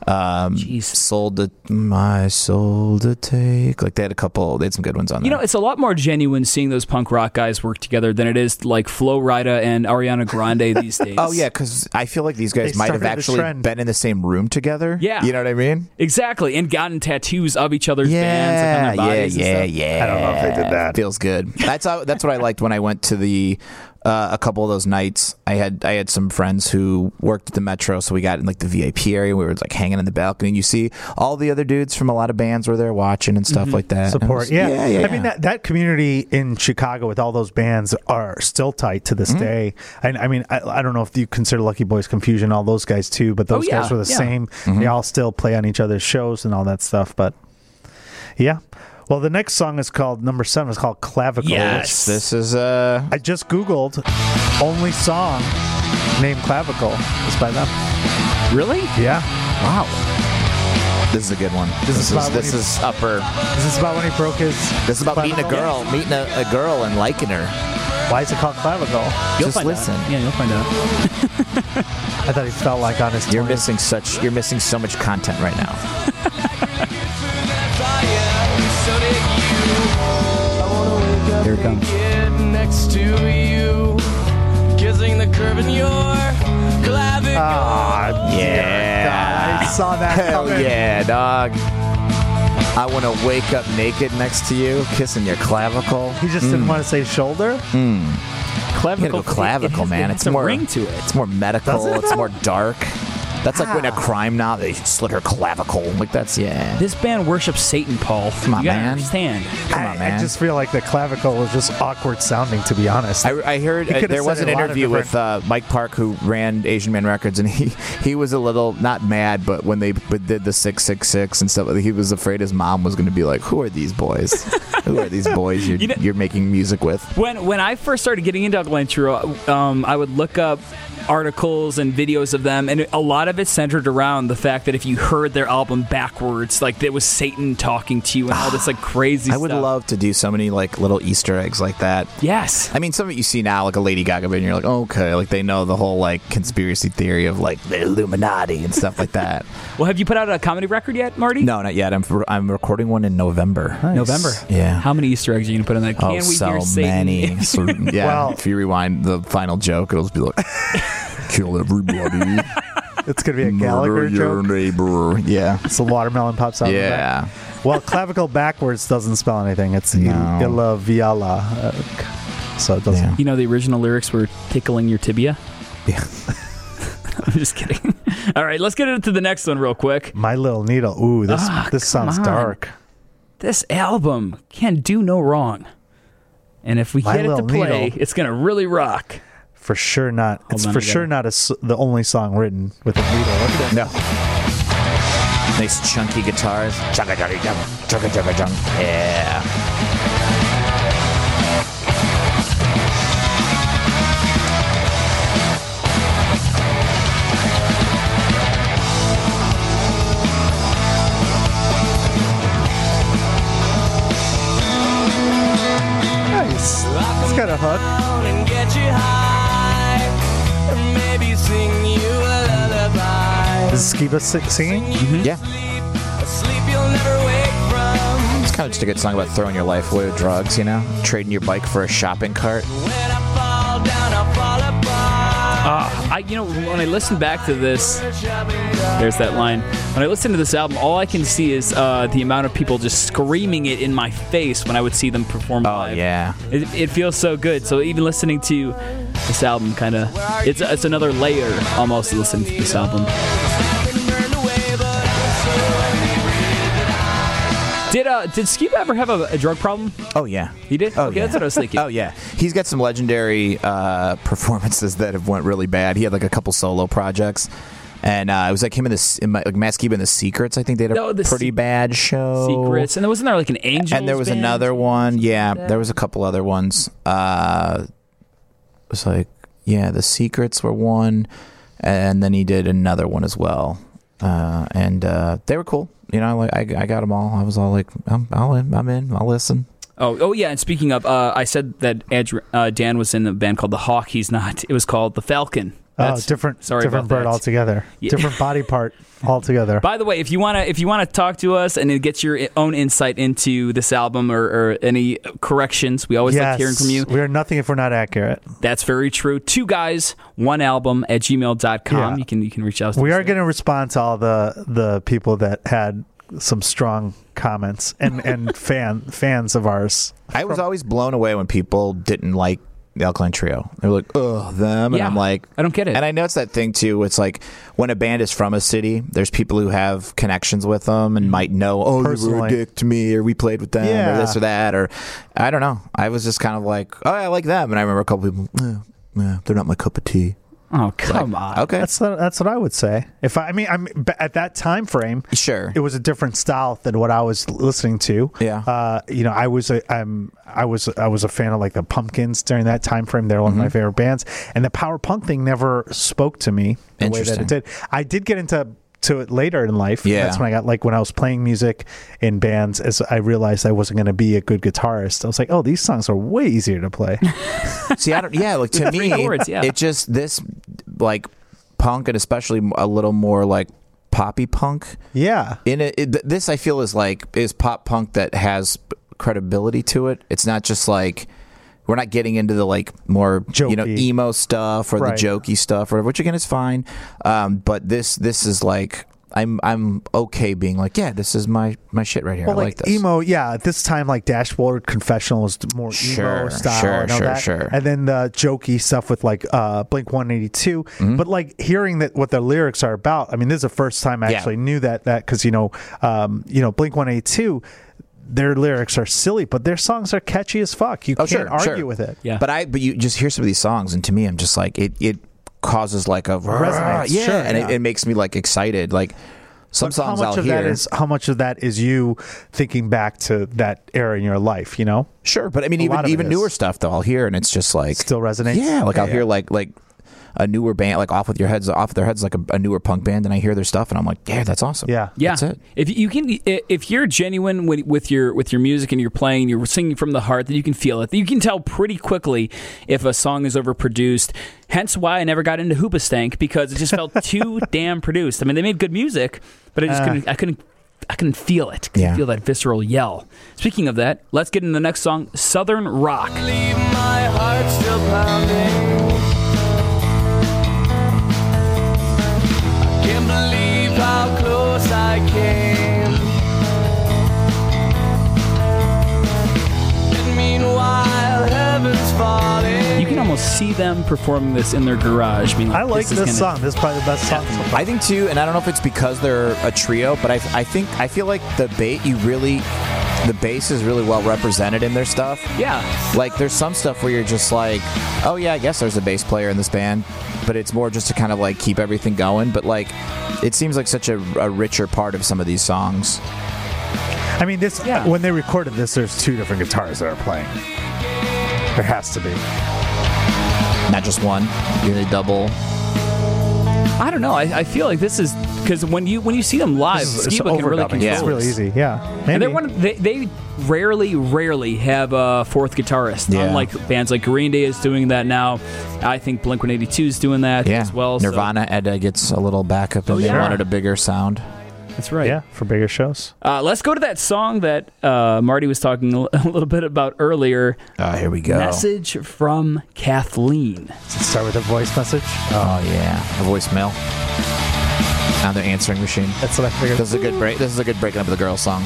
Um,
Jeez.
sold to my soul to take. Like they had a couple. They had some good ones on
You
there.
know, it's a lot more genuine seeing those punk rock guys work together than it is like Flo Rida and Ariana Grande these days.
[LAUGHS] Oh yeah, because I feel like these guys
They
might have
started the
actually
trend.
been in the same room together.
Yeah.
you know what I mean.
exactly, and gotten tattoos of each other's
Yeah,
bands. Like on their
yeah,
bodies and
yeah,
stuff.
yeah.
I don't know if they did that.
Feels good. That's how, that's what I liked when I went to the uh, a couple of those nights. I had I had some friends who worked at the metro, so we got in like the VIP area. We were like hanging in the balcony, and you see all the other dudes from a lot of bands were there watching and
Mm-hmm.
stuff like that. And it
Support.
was-
Yeah.
yeah, yeah.
I mean, that, that community in Chicago with all those bands are still tight to this
Mm-hmm.
day. And I mean, I, I don't know if you consider Lucky Boys Confusion, all those guys too, but those
Oh, yeah,
guys were the
yeah.
same.
Mm-hmm.
They all still play on each other's shows and all that stuff. But yeah. Well, the next song is called number seven. It's called Clavicle.
Yes.
This is uh
I just Googled only song named Clavicle is by them.
Really?
Yeah.
wow. This is a good one. This,
is
is
about when
this
you-
is upper.
Is this about when he broke his.
This is about meeting a
clavicle?
girl, meeting a, a girl and liking her.
Why is it called Clavicle?
You'll
Just
find out.
listen.
Yeah, you'll find out.
I thought he felt like on his.
You're
20s.
missing such. You're missing so much content right now.
Here it comes.
Get next to you, kissing the curve in your clavicle.
Ah,
Yeah.
God, I saw that
Hell
coming.
yeah, dog. I want to wake up naked next to you, kissing your clavicle.
He just
Mm.
didn't want to say shoulder.
You gotta go
[LAUGHS]
clavicle,
has-
man.
it
it's
has a
more
ring to it.
It's more medical.
Does it? Ah.
It's more dark. That's like when a crime novel they slit her clavicle. Like that's yeah.
This band worships Satan, Paul.
Come on,
you gotta
man.
understand.
Come on,
I-
man.
I just feel like the clavicle was just awkward sounding, to be honest.
I, I heard
He
uh,
could've
there was
said
an
a lot of
interview
different-
with uh, Mike Park who ran Asian Man Records, and he he was a little not mad, but when they b- did the six six six and stuff, he was afraid his mom was going to be like, "Who are these boys? who are
[LAUGHS]
these boys you're, you
know-
are making music with?"
When when I first started getting into Alkaline Trio, um, I would look up articles and videos of them, and a lot of it centered around the fact that if you heard their album backwards, like there was Satan talking to you and all this like crazy.
[SIGHS] I would
stuff.
love to do so many like little Easter eggs like that.
Yes.
I mean, some of it you see now, like a Lady Gaga, video, and you're like, oh, okay, like they know the whole like conspiracy theory of like the Illuminati and stuff
[LAUGHS]
like that.
Well, have you put out a comedy record yet, Marty?
no, not yet. I'm I'm recording one in November.
November.
Yeah.
How many Easter eggs are you gonna put in that? Can
Oh,
we
so
hear Satan? [LAUGHS]
many. So, yeah.
Well-
if you rewind the final joke, it'll just be like,
[LAUGHS]
kill everybody.
it's gonna be a Gallagher
murder your
joke.
neighbor. Yeah.
It's the watermelon pops out. of the back.
Yeah.
Well, clavicle backwards doesn't spell anything. It's
No.
Illa Viala, uh, so it doesn't.
Yeah.
You know the original lyrics were tickling your tibia.
Yeah. [LAUGHS]
I'm just kidding. [LAUGHS] All right, let's get into the next one real quick.
My little needle. Ooh, this
Ah,
this
come
sounds
on.
dark.
this album can do no wrong. And if we
My
get it to
Little
play,
Needle.
it's going to really rock.
For sure not. it's
on,
for
I gotta-
sure not a s the only song written with a needle. Look at that.
No. Nice chunky guitars. Chugga chugga chugga chugga chugga chugga. Yeah.
Nice. It's got a hook.
Ah.
and get you high, and maybe sing you a lullaby.
Is Skiba si- singing?
Mm-hmm.
Yeah.
A sleep you'll never wake from.
It's kind of just a good song about throwing your life away with drugs, you know? Trading your bike for a shopping cart.
When I fall down, I fall apart.
Ah, I, you know, when I listen back to this, there's that line. When I listen to this album, all I can see is uh, the amount of people just screaming it in my face when I would see them perform
Oh,
live.
yeah.
It, it feels so good. So even listening to This album kind of it's it's another layer almost to listen to this album. Did uh did Skip ever have a, a drug problem?
Oh yeah,
He did?
Oh
Okay, that's what I was
[LAUGHS]
thinking.
Oh yeah, he's got some legendary uh, performances that have went really bad. He had like a couple solo projects, and uh, it was like him and the in my, like Matt Skiba and the Secrets. I think they had a
No, the
pretty
Se-
bad show.
Secrets and there wasn't there like an angel.
Oh. and there was another one. Yeah, there was a couple other ones. Uh, it was like yeah, the Secrets were one, and then he did another one as well. Uh, and uh, they were cool. You know, like I, I got them all. I was all like, I'm, I'll in, I'm in. I'll listen.
Oh, oh yeah. And speaking of, uh, I said that Adri- uh, Dan was in a band called the Hawk. He's not. It was called the Falcon.
Oh,
That's-
different,
Sorry
different
about
bird
that.
altogether.
Yeah.
Different
[LAUGHS]
body part altogether.
By the way, if you wanna if you wanna talk to us and get your i- own insight into this album or, or any corrections, we always like hearing from you.
We are nothing if we're not accurate.
That's very true. Two guys, one album at gmail.com.
Yeah.
You can you can reach out. To
We
us
are
there.
going to respond to all the the people that had some strong comments and
[LAUGHS]
and fan fans of ours.
I was always blown away when people didn't like the Alkaline Trio. They were like, ugh, them. And
Yeah.
I'm like,
I don't get it.
And I know it's that thing too. It's like when a band is from a city, there's people who have connections with them and might know, oh, you were
Personally.
a dick to me, or we played with them,
Yeah.
or this or that, or I don't know. I was just kind of like, oh, I like them. And I remember a couple people, eh, yeah, they're not my cup of tea.
Oh come on.
Okay.
That's the, that's what I would say. If I, I mean, I'm but at that time frame,
sure.
it was a different style than what I was listening to.
Yeah.
Uh, you know, I was a, I'm, I was I was a fan of like the Pumpkins during that time frame. They're one of my
Mm-hmm.
favorite bands, and the power punk thing never spoke to me the way that
Interesting.
it did. I did get into to it later in life.
Yeah.
That's when I got like when I was playing music in bands, as I realized I wasn't going to be a good guitarist. I was like, oh, these songs are way easier to
[LAUGHS]
play.
[LAUGHS] See, I don't. Yeah, like to me,
chords, yeah.
it just this like punk and especially a little more like poppy punk.
yeah.
in it, it, th- this I feel is like is pop punk that has credibility to it. It's not just like we're not getting into the like more you know
Jokey.
emo stuff or
Right.
the jokey stuff or which again is fine. Um, but this this is like I'm I'm okay being like yeah this is my my shit right here.
Well,
I
like,
like, this.
emo, yeah. At this time, like Dashboard Confessional was more emo
Sure,
style,
sure,
and all
sure,
that.
sure.
And then the jokey stuff with like uh, Blink One Eighty Two.
Mm-hmm.
But like hearing that what their lyrics are about. I mean, this is the first time I
Yeah.
actually knew that that because you know, um, you know, Blink One Eighty Two. Their lyrics are silly, but their songs are catchy as fuck. You
Oh,
can't
sure,
argue
sure.
with it.
Yeah.
But I but you just hear some of these songs and to me I'm just like it it causes like a
Resonates,
yeah
sure,
and
yeah.
It, it makes me like excited like some
But
songs
how much
I'll
of
hear
that is how much of that is you thinking back to that era in your life? You know,
Sure, but I mean,
A lot
even
of it
even
is.
newer stuff though, I'll hear and it's just like
Still resonates?
Yeah, like
Yeah,
I'll
yeah.
hear like like a newer band, like off with your heads, off with their heads, like a, a newer punk band, and I hear their stuff, and I'm like, yeah, that's awesome.
yeah,
Yeah.
That's it.
If you can, i- if you're genuine with, with your with your music and you're playing, you're singing from the heart, then you can feel it. You can tell pretty quickly if a song is overproduced. Hence, why I never got into Hoobastank because it just felt
[LAUGHS]
too damn produced. I mean, they made good music, but I just
Ah.
couldn't. I couldn't. I couldn't feel it. Couldn't
Yeah.
feel that visceral yell. Speaking of that, let's get into the next song, Southern Rock.
Leave my heart still pounding. I can't believe how close I came. And meanwhile, heaven's falling.
You can almost see them performing this in their garage. Being like,
I like
is
this,
gonna-
song. This is probably the best song. So far.
I think too, and I don't know if it's because they're a trio, but I, I think I feel like the bait you really, the bass is really well represented in their stuff.
Yeah,
Like there's some stuff where you're just like, oh yeah, I guess there's a bass player in this band, but it's more just to kind of like keep everything going. But like, it seems like such a, a richer part of some of these songs.
I mean, this
Yeah.
when they recorded this, there's two different guitars that are playing. There has to be.
not just one. You're the double.
I don't know. I, I feel like this is because when you when you see them live,
This is-
Skiba can really
overdubbing.
control.
Yeah.
It's really
this.
easy. Yeah,
And
maybe.
they're one. Of, they they rarely rarely have a fourth guitarist.
Yeah.
Unlike bands like Green Day is doing that now. I think Blink One Eighty Two is doing that
Yeah.
as well. so-
Nirvana Edda gets a little backup, and
Oh, yeah.
they wanted a bigger sound.
that's right.
yeah, for bigger shows.
Uh, let's go to that song that uh, Marty was talking a l- [LAUGHS] a little bit about earlier.
Oh, here we go.
Message from Kathleen.
Let's start with a voice message.
Oh yeah, a voicemail on their answering machine.
That's what I figured.
This is a good break. This is a good breaking up of the girl song.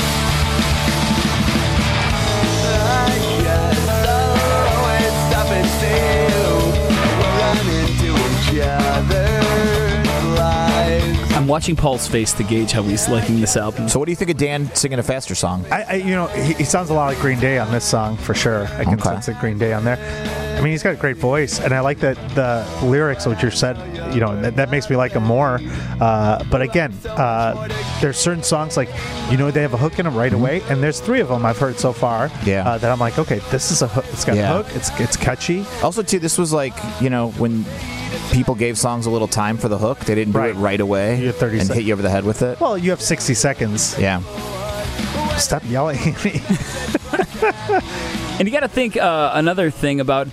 Oh,
watching Paul's face to gauge how he's liking this album.
So what do you think of Dan singing a faster song?
I, I you know, he, he sounds a lot like Green Day on this song for sure. I can
Okay.
sense the Green Day on there. I mean, he's got a great voice, and I like that the lyrics, which you said, you know, that, that makes me like him more. Uh, but again, uh, there's certain songs like, you know, they have a hook in them right away, and there's three of them I've heard so far.
Mm-hmm. Yeah.
Uh, that I'm like, okay, this is a hook. It's got
Yeah.
a hook. It's it's catchy.
Also, too, this was like you know when people gave songs a little time for the hook. They didn't do
Right.
it right away
You had 30
and
sec-
hit you over the head with it.
Well, you have 60 seconds.
Yeah,
Stop yelling [LAUGHS] at me.
And you got to think uh, another thing about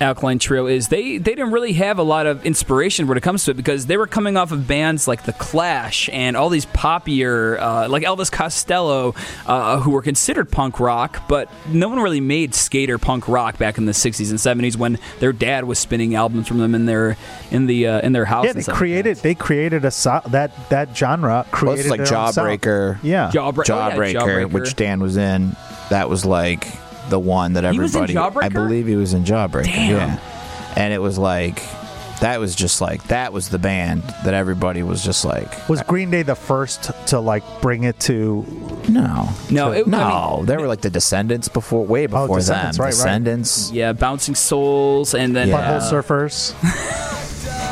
Alkaline Trio is they they didn't really have a lot of inspiration when it comes to it because they were coming off of bands like The Clash and all these poppier uh, like Elvis Costello uh, who were considered punk rock, but no one really made skater punk rock back in the '60s and '70s when their dad was spinning albums from them in their in the uh, in their house.
yeah,
and
they
stuff.
created they created a so- that that genre
well,
created
it's like
their own sound.
Jawbreaker.
Yeah.
Jawbra- oh, yeah,
Jawbreaker,
Jawbreaker.
which Dan was in. That was like the one that
was in
everybody. I
Jawbreaker?
believe he was in Jawbreaker.
Damn.
Yeah, and it was like that was just like that was the band that everybody was just like
Was Green Day the first to like bring it to?
no
No, it- I
no
mean-
they were like the Descendants before way before
Oh, Descendants,
them
right, right.
Descendants
yeah, Bouncing Souls, and then uh,
Yeah.
Butthole
[LAUGHS]
Surfers.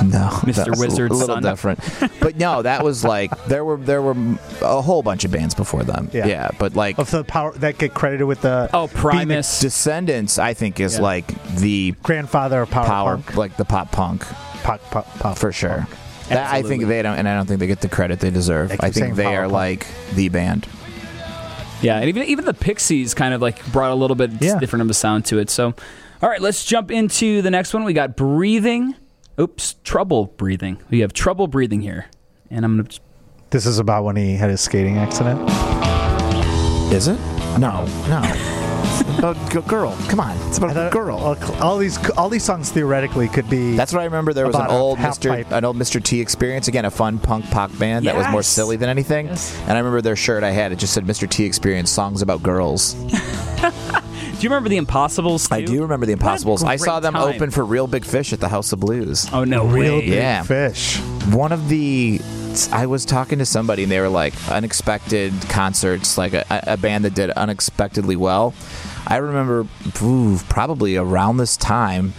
No,
Mr.
that's
Wizard's
a little
son.
different. But no, that was like there were there were a whole bunch of bands before them.
Yeah.
Yeah, but like
of the power that get credited with the
oh
being the
Primus.
Descendants, I think is like the
grandfather of power,
power,
punk.
like the pop punk
Pop, pop, pop.
for sure. That, I think
Absolutely.
they don't, and I don't think they get the credit they deserve.
They keep
I
saying
think they
power
are
punk.
like the band.
Yeah, and even even the Pixies kind of like brought a little bit
Yeah.
different of a sound to it. So, all right, let's jump into the next one. We got breathing. Oops, trouble breathing. We have trouble breathing here, and I'm gonna.
This is about when he had his skating accident.
Is it? No, no. It's about a girl, come on, it's about a girl.
All, all these all these songs theoretically could be.
That's what I remember. There was an
About a
old
half
Mr.
pipe.
an old Mr. T experience. Again, a fun punk pop band that was more
Yes.
silly than anything. And I remember their shirt I had. It just said Mr. T experience songs about girls.
Do you remember the Impossibles?
I
too?
do remember the
What a
Impossibles. I saw
great
them
time.
open for Real Big Fish at the House of Blues.
Oh no,
real
way.
big
Yeah.
fish.
One of the I was talking to somebody and they were like unexpected concerts, like a, a band that did unexpectedly well. I remember ooh, probably around this time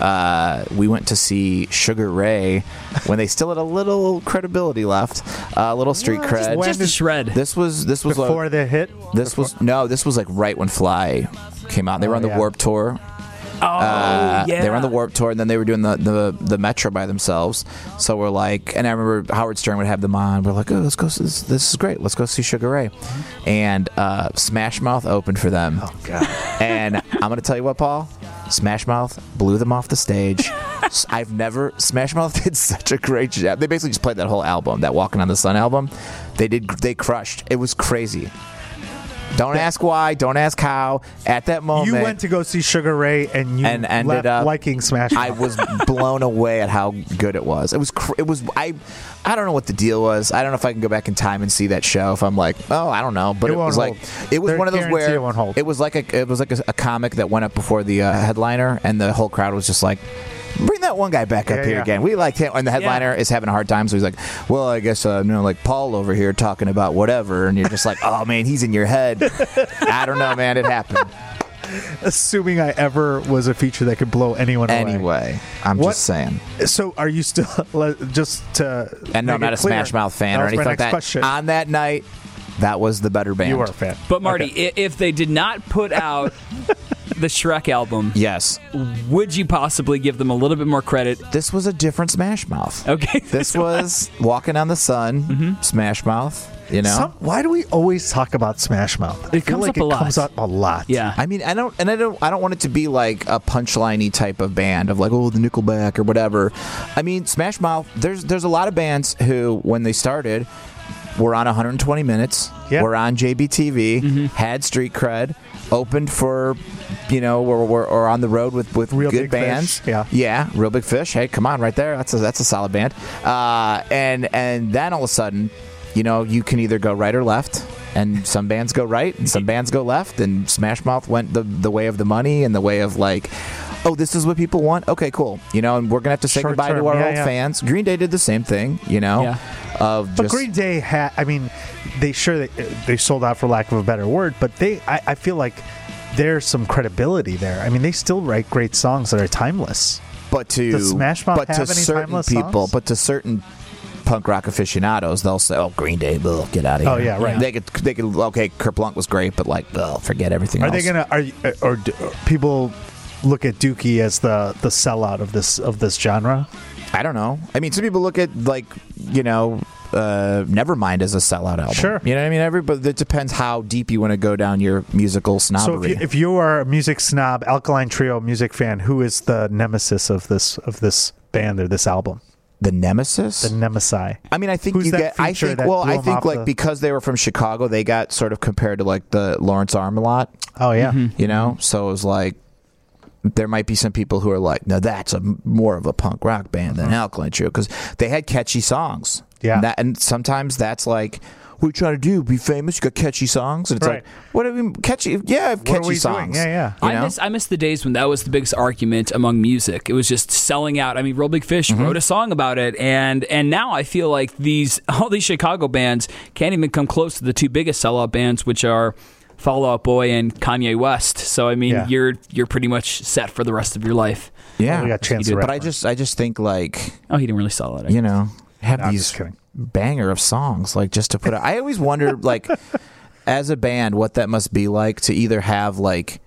uh, we went to see Sugar Ray when they still had a little credibility left, a little street cred.
Just a shred.
This was this was
Before
like,
the hit,
this was no, this was like right when Fly came out. They were
Oh,
on the
yeah.
Warp Tour.
oh
Uh,
yeah.
They were on the Warp Tour, and then they were doing the, the the Metro by themselves. So we're like, and I remember Howard Stern would have them on. We're like, oh, let's go. This, this is great. Let's go see Sugar Ray, and uh, Smash Mouth opened for them. Oh God! and I'm gonna tell you what, Paul. Smash Mouth blew them off the stage. S- I've never Smash Mouth [LAUGHS] did such a great job. They basically just played that whole album, that Walking on the Sun album. They did. They crushed. It was crazy. Don't ask why. Don't ask how. At that moment,
you went to go see Sugar Ray and you
oh, And ended
left
up-
liking Smash.
I
Mouth.
was blown away at how good it was. It was cr- it was I I don't know what the deal was. I don't know if I can go back in time and see that show if I'm like, "Oh, I don't know." But
It
it, was
won't
like
hold.
it was
They're
one of those
guarantee
where
it won't hold.
was like a it was like a, a comic that went up before the uh, headliner and the whole crowd was just like Bring that one guy back up
Yeah,
here
yeah.
again. We liked him, and the headliner is having a hard time. So he's like, "Well, I guess uh, you know, like Paul over here talking about whatever," and you're just like, "Oh man, he's in
[LAUGHS]
your head." I don't know, man. It happened
[LAUGHS] assuming I ever was a feature that could blow anyone away.
anyway. I'm
What-
just saying.
So are you still [LAUGHS] le- just to
And no,
make
I'm not
it
a
clear,
Smash Mouth fan
that
or
was my
anything like
next
that.
Question.
On that night, that was the better band.
you were a fan,
But Marty, i if they did not put
[LAUGHS]
out the Shrek album,
Yes.
would you possibly give them a little bit more credit?
This was a different Smash Mouth.
Okay. [LAUGHS]
This was Walking on the Sun, Smash Mouth, you know?
Mm-hmm. Some, why do we always talk about Smash Mouth? I
It
feel
comes
like
up
it
a lot.
comes up a lot.
yeah.
I mean, I don't, and I don't, I don't want it to be like a punchliney type of band of like, oh, the Nickelback or whatever. I mean, Smash Mouth. There's, there's a lot of bands who, when they started, were on 120 minutes.
Yeah. Mm-hmm.
Were on JBTV, had street cred, opened for, you know, or, or, or on the road with with
Real Big
good
Fish,
bands.
yeah.
yeah, real big fish. Hey, come on, right there. That's a, that's a solid band. Uh, and and then all of a sudden, you know, you can either go right or left. And some bands go right, and some bands go left, and Smash Mouth went the, the way of the money and the way of like, oh, this is what people want. Okay, cool. You know, and we're gonna have to say
Short
goodbye
term,
to our
yeah,
old
yeah.
fans. Green Day did the same thing. You know,
Yeah.
of
But
just
Green Day had, I mean, they sure they, they sold out for lack of a better word, but they, I, I feel like there's some credibility there. I mean, they still write great songs that are timeless.
but to
Does Smash Mouth
but to
have any
certain
timeless
people,
songs?
but to certain punk rock aficionados, they'll say, "Oh, Green Day, ugh, get out of here."
Oh, yeah, right.
They could they could okay, Kurt Blunt was great, but like, ugh, forget everything.
Are
else.
they gonna? Are you- or, d people look at Dookie as the the sellout of this of this genre?
I don't know. I mean, some people look at like you know, uh, Nevermind as a sellout album.
Sure.
you know what I mean. Everybody, it depends how deep you want to go down your musical
So if
snobbery.
you, if you are a music snob, Alkaline Trio music fan, who is the nemesis of this of this band or this album?
the Nemesis.
The nemesis.
I mean, I think
Who's
you
that
get. I
feature
think.
that
Well,
blew
I
'em
think
off
like
the-
because they were from Chicago, they got sort of compared to like the Lawrence Armalot.
Oh yeah.
You know, so it was like there might be some people who are like, no, that's a more of a punk rock band than Alkaline Trio because they had catchy songs.
Uh-huh. Yeah.
and, that, and sometimes that's like. What are you trying to do? Be famous? You got catchy songs, and it's
Right.
like, what do we catchy? Yeah, I have
are
catchy
we doing?
songs.
Yeah, yeah.
You
I
know?
miss I miss the days when that was the biggest argument among music. It was just selling out. I mean, Real Big
Mm-hmm.
Fish wrote a song about it, and and now I feel like these [LAUGHS] all these Chicago bands can't even come close to the two biggest sellout bands, which are Fall Out Boy and Kanye West. So I mean,
Yeah.
you're you're pretty much set for the rest of your life.
yeah.
We got Chance the
but I
Rapper.
just, I just think like
Oh, he didn't really sell it. I
you know, have
I'm
these
just kidding.
banger of songs like just to put. Out. I always wonder
[LAUGHS]
like, as a band, what that must be like to either have like,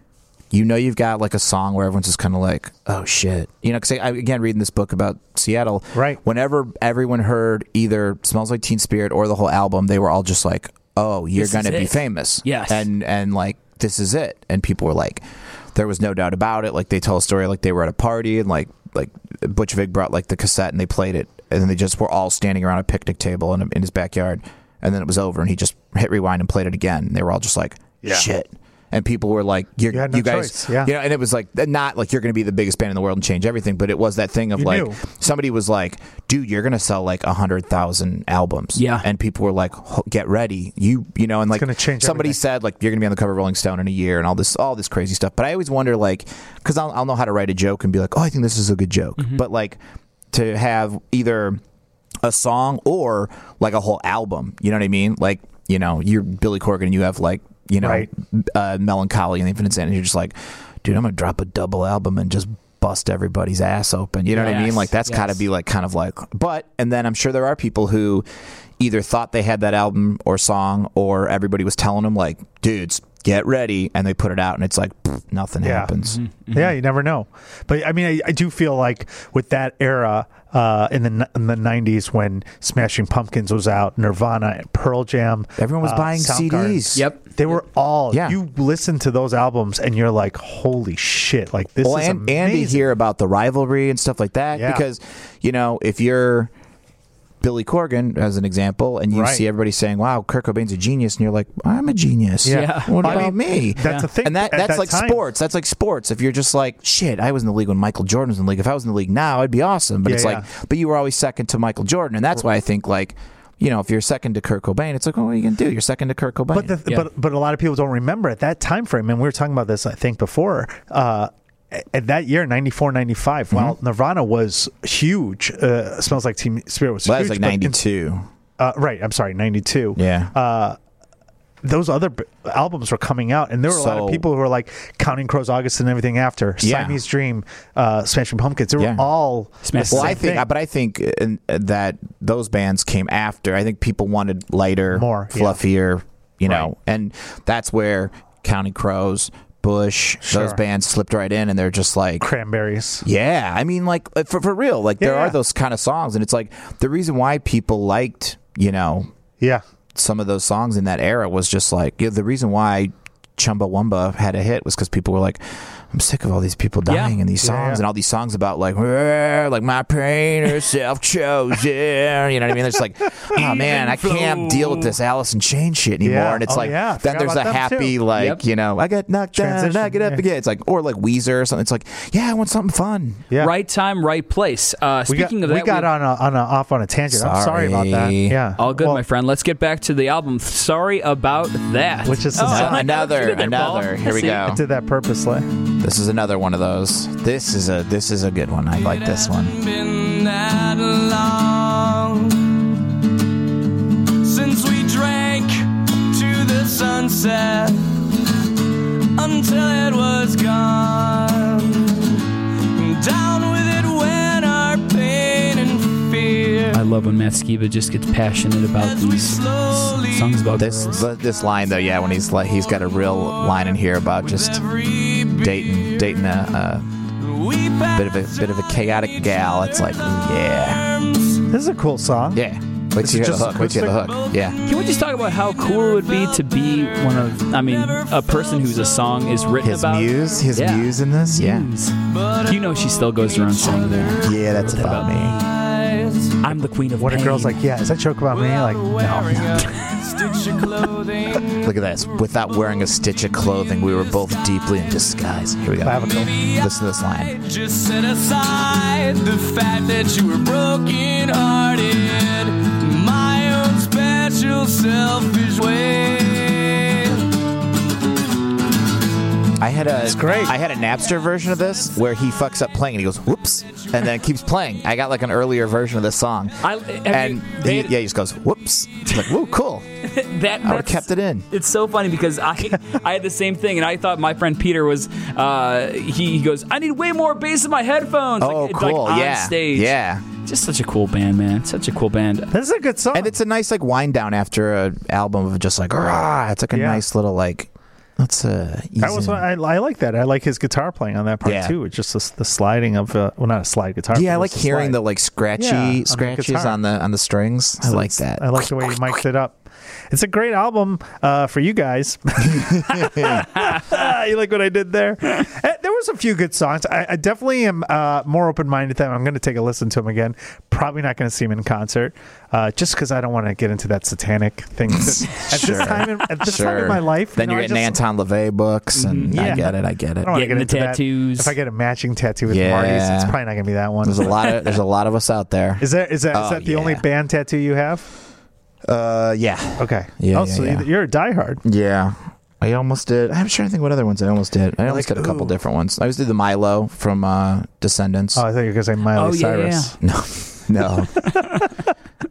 you know, you've got like a song where everyone's just kind of like, oh shit, you know, because I again reading this book about Seattle,
Right.
Whenever everyone heard either "Smells Like Teen Spirit" or the whole album, they were all just like, oh, you're
This is
gonna be
it.
famous,
Yes.
and and like this is it, and people were like. There was no doubt about it. Like they tell a story, like they were at a party and like like Butch Vig brought like the cassette and they played it, and then they just were all standing around a picnic table in, in his backyard, and then it was over, and he just hit rewind and played it again, and they were all just like, shit. And people were like, "You're,
You
you
had no
guys,
choice, yeah.
you know." And it was like, not like you're going to be the biggest band in the world and change everything, but it was that thing of
You
like,
knew.
somebody was like, "Dude, you're going to sell like hundred thousand albums,"
Yeah.
And people were like, "Ho- "Get ready, you, you know." And like,
gonna change
somebody
everything.
said like, "You're going to be on the cover of Rolling Stone in a year," and all this, all this crazy stuff. But I always wonder, like, because I'll, I'll know how to write a joke and be like, "Oh, I think this is a good joke," but like to have either a song or like a whole album. You know what I mean? Like, you know, you're Billy Corgan and you have like, you know,
Right.
uh, Melancholy and Infinite Sand, and you're just like, dude, I'm going to drop a double album and just bust everybody's ass open. You know what I mean?
Yes,
Like, that's got to
yes.
be like kind of like, but, and then I'm sure there are people who either thought they had that album or song or everybody was telling them, like, dudes, get ready. And they put it out and it's like, pfft, nothing
Yeah.
happens.
Yeah, you never know. But I mean, I, I do feel like with that era uh, in the n- in the '90s when Smashing Pumpkins was out, Nirvana, Pearl Jam,
Everyone was
uh,
buying
Soundgarden,
CDs.
Yep.
They were all.
Yeah.
You listen to those albums and you're like, holy shit! Like this
well,
is
and,
amazing.
and to hear about the rivalry and stuff like that,
Yeah.
because you know if you're Billy Corgan as an example, and you
Right.
see everybody saying, "Wow, Kurt Cobain's a genius," and you're like, "I'm a genius."
Yeah.
Yeah.
What
I
about
mean,
me?
that's the thing
And that
at
that's
that
like
time.
sports. That's like sports. If you're just like, "Shit, I was in the league when Michael Jordan was in the league. If I was in the league now, I'd be awesome." But
Yeah,
it's like,
yeah.
but you were always second to Michael Jordan, and that's why I think like. You know, if you're second to Kurt Cobain, it's like, oh, what are you gonna do? You're second to Kurt Cobain.
But the,
Yeah.
but but a lot of people don't remember at that time frame, and we were talking about this I think before. Uh, a- at that year, 94,
Mm-hmm.
95, while Nirvana was huge, uh, Smells Like Teen Spirit was
well, that was
huge.
like
but in-
'92.
uh, right, I'm sorry, 92.
Yeah.
those other b- albums were coming out, and there were a lot
So-
of people who were like Counting Crows, August, and everything after
Yeah.
Siamese Dream, uh, Smashing Pumpkins. They were
Yeah.
all
Smash-
the
Well,
same
I think,
thing.
but I think uh, in- uh, that those bands came after. I think people wanted lighter,
More, yeah.
fluffier, you know,
Right.
and that's where County Crows, Bush, those
Sure.
bands slipped right in, and they're just like.
Cranberries.
Yeah, I mean, like uh, for for real, like there
Yeah,
are
yeah.
those kind of songs, and it's like the reason why people liked, you know,
Yeah,
some of those songs in that era was just like you know, the reason why Chumbawamba had a hit was because people were like, "I'm sick of all these people
Yeah.
dying in these songs
yeah.
and all these songs about like, "Rrr," like my pain
[LAUGHS]
or self chosen." you know what I mean? It's like, oh man, I can't deal with this Alice in Chains shit anymore.
Yeah.
And it's
Oh,
like
yeah.
then
Forgot
there's a
about them,
happy
too.
like
Yep.
you know I got knocked down,
Transition,
knock it up
yeah.
again. It's like or like Weezer or something. It's like yeah, I want something fun.
yeah.
Right time, right place. Uh,
We got,
speaking of
we
that,
got on a, on a off on a tangent. I'm sorry about that.
Sorry.
Yeah,
all good,
Well,
my friend. Let's get back to the album. Sorry about that.
Which is the
I
song.
like that.
Oh
Another-
Get in there, Paul.
another. Here we
See?
go.
I did that purposely.
This is another one of those. This is a this is a good one. I like this one.
been that long since we drank to the sunset until it was gone. Down with it when our pain and fear.
I love when Matt Skiba just gets passionate about these s- songs about
This
girls.
this line though, yeah, when he's like he's got a real line in here about just
Every
dating dating a,
we
a bit of a bit of a chaotic gal. It's like yeah,
This is a cool song.
yeah. Wait till you
Is it
hear
just
the hook. Wait till you hear the hook. Yeah,
Can we just talk about how cool it would be to be one of, I mean, a person whose a song is written
his
about?
muse, his
Yeah. Hmm.
muse in this. Yeah,
Muse. You know she still goes around saying that.
yeah, that's about me.
I'm the queen of
When a
pain.
girl's like, yeah, is that joke about me? Like, no. [LAUGHS]
stitch your clothing.
Look at this. Without wearing a stitch of clothing, we were both deeply in disguise. Here we go.
Clavicle.
Listen to this line.
Just set aside the fact that you were broken hearted. My own special selfish way.
I had a
great.
I had a Napster version of this where he fucks up playing and he goes whoops and then keeps playing. I got like an earlier version of this song.
I, have
and
you,
he,
they-
yeah, he just goes whoops. It's like
[LAUGHS]
woo, cool.
that,
I would have
that's-
kept it in.
It's so funny because I [LAUGHS] I had the same thing, and I thought my friend Peter was uh, he, he goes, I need way more bass in my headphones.
Oh,
like,
cool.
Like on
yeah,
stage.
yeah.
Just such a cool band, man. Such a cool band.
This is a good song.
And it's a nice like wind down after a album of just like rah. It's like a
Yeah.
nice little like. That's a.
that was what I, I like that. I like his guitar playing on that part
Yeah.
too. It's just the, the sliding of uh, well, not a slide guitar.
yeah,
but
I like
just
hearing
slide.
the like scratchy
Yeah, on the
scratches
guitar.
on the on the strings. I like that.
I like the way he mic'd it up. It's a great album uh, for you guys. [LAUGHS] you like what I did there? Eh, There was a few good songs. I, I definitely am uh, more open minded to them. I'm going to take a listen to them again. Probably not going to see them in concert, uh, just because I don't want to get into that satanic
[LAUGHS]
thing. at
Sure.
this time, in, at this time
Sure.
in my life,
Then
you
you
know,
are
I
getting
just- Mm-hmm.
Anton LaVey books, and I
Yeah. Oh,
get it. I get
I don't want
it.
to
Getting
get into
the
that.
tattoos.
If I get a matching tattoo with
Yeah.
Marty's, it's probably not going to be that one.
There's a lot of there's a lot of us out there.
Is that is that is
Oh,
that the only
yeah.
band tattoo you have?
Uh, yeah,
Okay.
Yeah,
Oh,
yeah,
so
yeah.
you're a diehard.
yeah. I almost did. I'm trying to think what other ones I almost did. I almost
Like,
did a couple
ooh.
different ones. I always did the Milo from uh, Descendants.
Oh, I thought you were going to say Miley
Oh, yeah,
Cyrus.
[LAUGHS] no,
[LAUGHS]
no.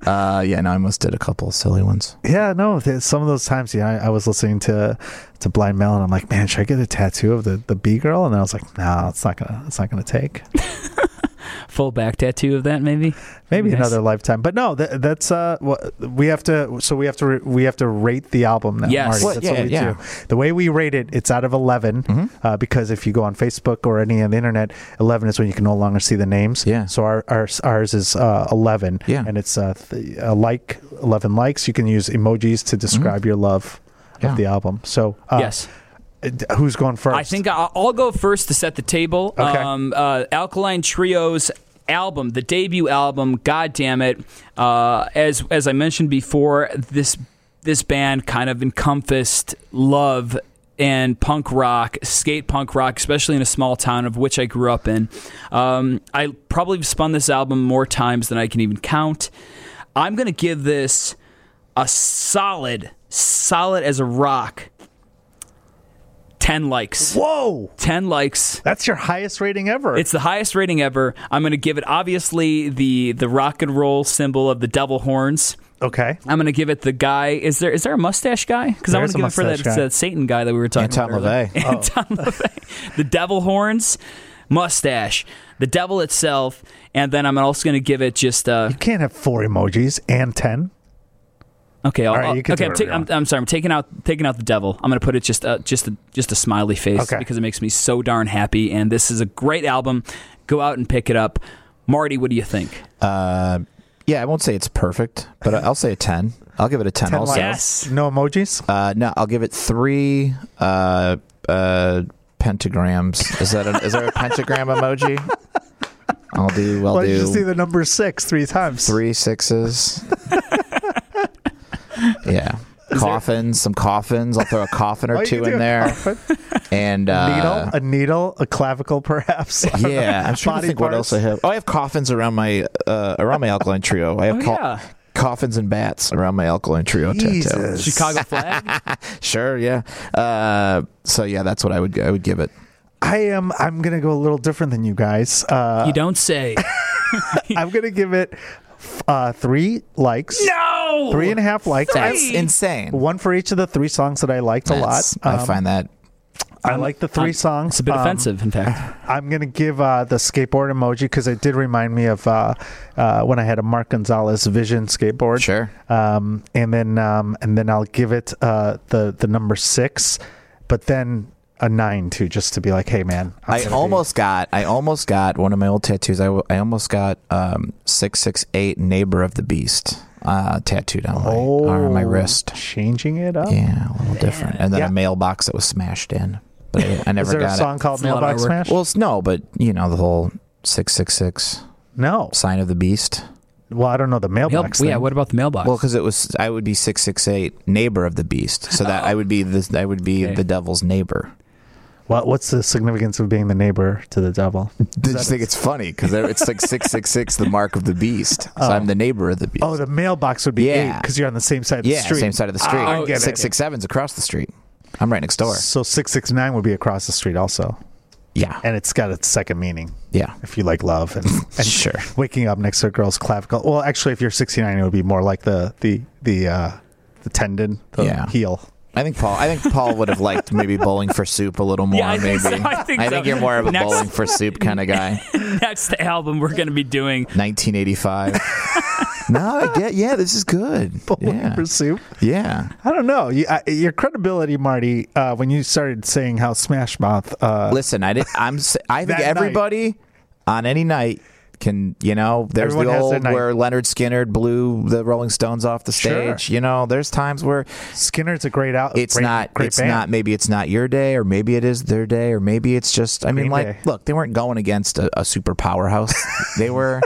uh, yeah, no. I almost did a couple silly ones.
Yeah, no. Th- some of those times, yeah, I, I was listening to to Blind Melon. I'm like, man, should I get a tattoo of the the B girl? And then I was like, no, it's not gonna, it's not gonna take.
Full back tattoo of that, maybe.
Maybe
Nice.
another lifetime. But no, that, that's uh, what we have to. So we have to re- we have to rate the album now.
Yes.
Marty.
Well,
that's
yeah,
what we
yeah.
do. The way we rate it, it's out of 11
Mm-hmm.
uh, because if you go on Facebook or any on the internet, eleven is when you can no longer see the names.
Yeah.
So our, our ours is uh, eleven.
Yeah.
And it's uh, th- a like eleven likes. You can use emojis to describe your love
Yeah.
of the album. So uh,
Mm-hmm. yes.
d- Who's going first?
I think I'll, I'll go first to set the table.
Okay.
Um, uh, Alkaline Trio's album, the debut album, God damn it! Uh, as as I mentioned before, this this band kind of encompassed love and punk rock, skate punk rock, especially in a small town of which I grew up in. Um, I probably have spun this album more times than I can even count. I'm gonna give this a solid, solid as a rock. 10 likes.
Whoa,
10 likes.
that's your highest rating ever.
It's the highest rating ever. I'm going to give it obviously the the rock and roll symbol of the devil horns.
okay.
I'm going to give it the guy. Is there is there a mustache guy? Because I
There
want
is
to
a
give it for that,
mustache guy. Oh.
that Satan guy that we were talking
Anton
about. earlier. [LAUGHS]
LaVey.
Anton LaVey. The devil horns, mustache, the devil itself, and then I'm also going to give it just uh,
You can't have four emojis and ten.
Okay, I'll,
All right, you can
okay.
do
I'm,
whatever
ta-
you
I'm,
want.
I'm sorry. I'm taking out taking out the devil. I'm going to put it just uh, just a, just a smiley face
Okay.
because it makes me so darn happy. And this is a great album. Go out and pick it up, Marty. What do you think?
Uh, yeah, I won't say it's perfect, but I'll say a ten. I'll give it a ten.
10
also.
likes.
Yes.
No emojis.
Uh, no, I'll give it three uh, uh, pentagrams. Is that a, is there a
[LAUGHS]
pentagram emoji? I'll do. I'll
Why did you
do
just see the number six three times? [LAUGHS]
three sixes. yeah, coffins. Some coffins. I'll throw a coffin
Oh,
or
you
two
can do
in
a
there,
coffin.
and uh,
needle, a needle, a clavicle, [LAUGHS] perhaps. I don't
Yeah,
know.
I'm trying
Body
to think what
parts.
else I have. Oh, I have coffins around my uh,
[LAUGHS]
around my alkaline trio. I have
Oh,
co-
yeah.
coffins and bats around my alkaline trio
[LAUGHS]
tattoo.
Jesus.
Chicago flag.
Sure, yeah. Uh, so yeah, that's what I would I would give it.
I am. I'm gonna go a little different than you guys.
[LAUGHS]
Uh,
you don't
[LAUGHS]
say.
I'm gonna give it uh, three likes.
no.
Three and a half likes.
That's
I-
insane.
One for each of the three songs that I liked
That's-
a lot. Um,
I find that
I like the 3 songs.
It's a bit
Um,
offensive, in fact.
I'm gonna give uh, the skateboard emoji because it did remind me of uh, uh, when I had a Mark Gonzalez Vision skateboard.
Sure.
Um, and then um, and then I'll give it uh, the the number six, but then a nine too, just to be like, hey man, I'm
I
gonna be-
almost got I almost got one of my old tattoos. I, w- I almost got um six six eight neighbor of the beast uh tattooed on my
oh,
arm, my wrist.
changing it up.
Yeah, a little different. And then
Yeah.
a mailbox that was smashed in, but I,
[LAUGHS]
I never
Is there a
got
song
it.
called
a lot of
Mailbox
artwork.
Smash?
Well, it's, no, but you know the whole six six six
no.
sign of the beast.
Well, I don't know the
Mail-
mailbox.
yeah.
thing.
What about the mailbox? [LAUGHS]
Well, because it was I would be six six eight neighbor of the beast, so that I would be the I would be
Okay.
the devil's neighbor.
What- what's the significance of being the neighbor to the devil?
They just think it's funny because it's like six six six, the mark of the beast. So I'm the neighbor of the beast.
Oh, the mailbox would be
Yeah.
eight because you're on the same side of the
yeah,
street.
same side of the street.
Ah, I
Oh,
get it.
six six seven's across the street. I'm right next door.
So six six nine would be across the street also,
Yeah,
and it's got its second meaning.
yeah,
If you like
[LAUGHS]
love and, and
Sure.
waking up next to a girl's clavicle. Well, actually, if you're 69, it would be more like the the the uh, the tendon, the
Yeah.
heel. [LAUGHS]
I think Paul. I think Paul would have liked maybe bowling for soup a little more.
Yeah, I
maybe
think so. I think so.
you're more of a
Next-
bowling for soup kind
[LAUGHS]
of guy.
That's the album we're going to be doing.
1985. no, I get. Yeah, this is good.
[LAUGHS] Bowling
yeah.
for soup.
yeah.
I don't know. You, I, your credibility, Marty, uh, when you started saying how Smash Mouth. Uh,
Listen, I did, I'm. s- I
That
think
night.
everybody on any night can. You know, there's
Everyone
the
has their
old
night.
where Leonard Skinner blew the Rolling Stones off the
Sure.
stage. You know, there's times where
Skinner's a great out.
it's
great-
not.
Great
it's
band.
not. Maybe it's not your day, or maybe it is their day, or maybe it's just. I mean,
Green
like,
Day.
look, they weren't going against a, a
[LAUGHS]
super powerhouse. they were,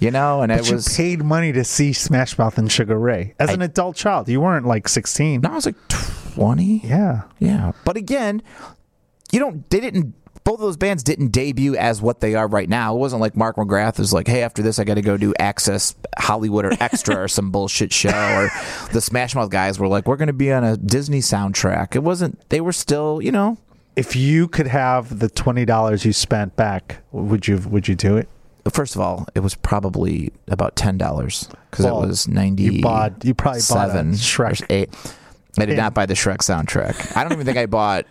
you know, and
But
it
you
was.
paid money to see Smash Mouth and Sugar Ray as
I-
an adult child. You weren't like 16.
no, I was like twenty.
Yeah.
Yeah. But again, you don't they didn't both of those bands didn't debut as what they are right now. It wasn't like Mark McGrath is like, hey, after this I gotta go do Access Hollywood or Extra or some bullshit show or the Smash Mouth guys were like, We're gonna be on a Disney soundtrack. It wasn't they were still, you know,
if you could have the twenty dollars you spent back, would you would you do it?
first of all, it was probably about ten dollars because it
Well,
was ninety
You bought you probably
seven
bought a
or
Shrek.
eight. I did
Thing.
not buy the Shrek soundtrack. I don't even think I bought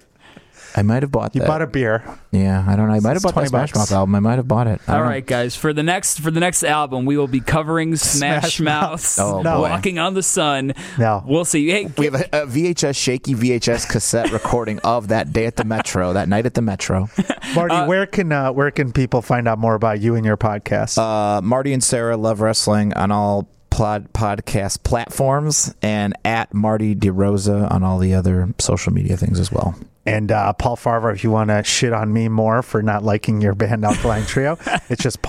I might have bought
You
that.
bought a beer.
Yeah, I don't know. I might have
It's
bought the
20
Smash
bucks.
Mouth album. I might have bought it. I
Uh-huh.
All
don't-
right, guys. For the next for the next album, we will be covering Smash,
Smash
Mouth's
Oh,
No.
boy.
"Walking on the Sun."
No.
we'll see. Hey,
We have a, a VHS, shaky VHS cassette recording of that day at the Metro, that night at the Metro.
Marty, where can uh, where can people find out more about you and your podcast?
Uh, Marty and Sarah love wrestling on all pod, podcast platforms and at Marty DeRosa on all the other social media things as well.
and uh, Paul Farver, if you want to shit on me more for not liking your band Alkaline Trio, it's just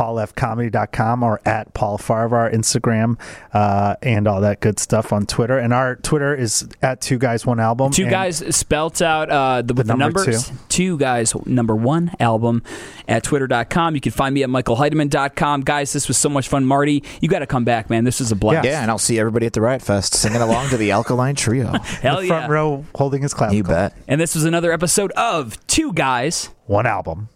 paulfcomedy.com or at Paul Farvar Instagram uh, and all that good stuff on Twitter. And our Twitter is at Two Guys One Album.
Two
and-
guys spelt out uh, the, with the
number
numbers. Two. guys, number one album at twitter.com. You can find me at michaelheideman.com. Guys, this was so much fun. Marty, you got to come back, man. This was a blast.
Yeah, and I'll see everybody at the Riot Fest singing along to the Alkaline Trio.
Hell
front
yeah.
row holding his clap.
You bet.
And this was another episode of Two Guys.
One album.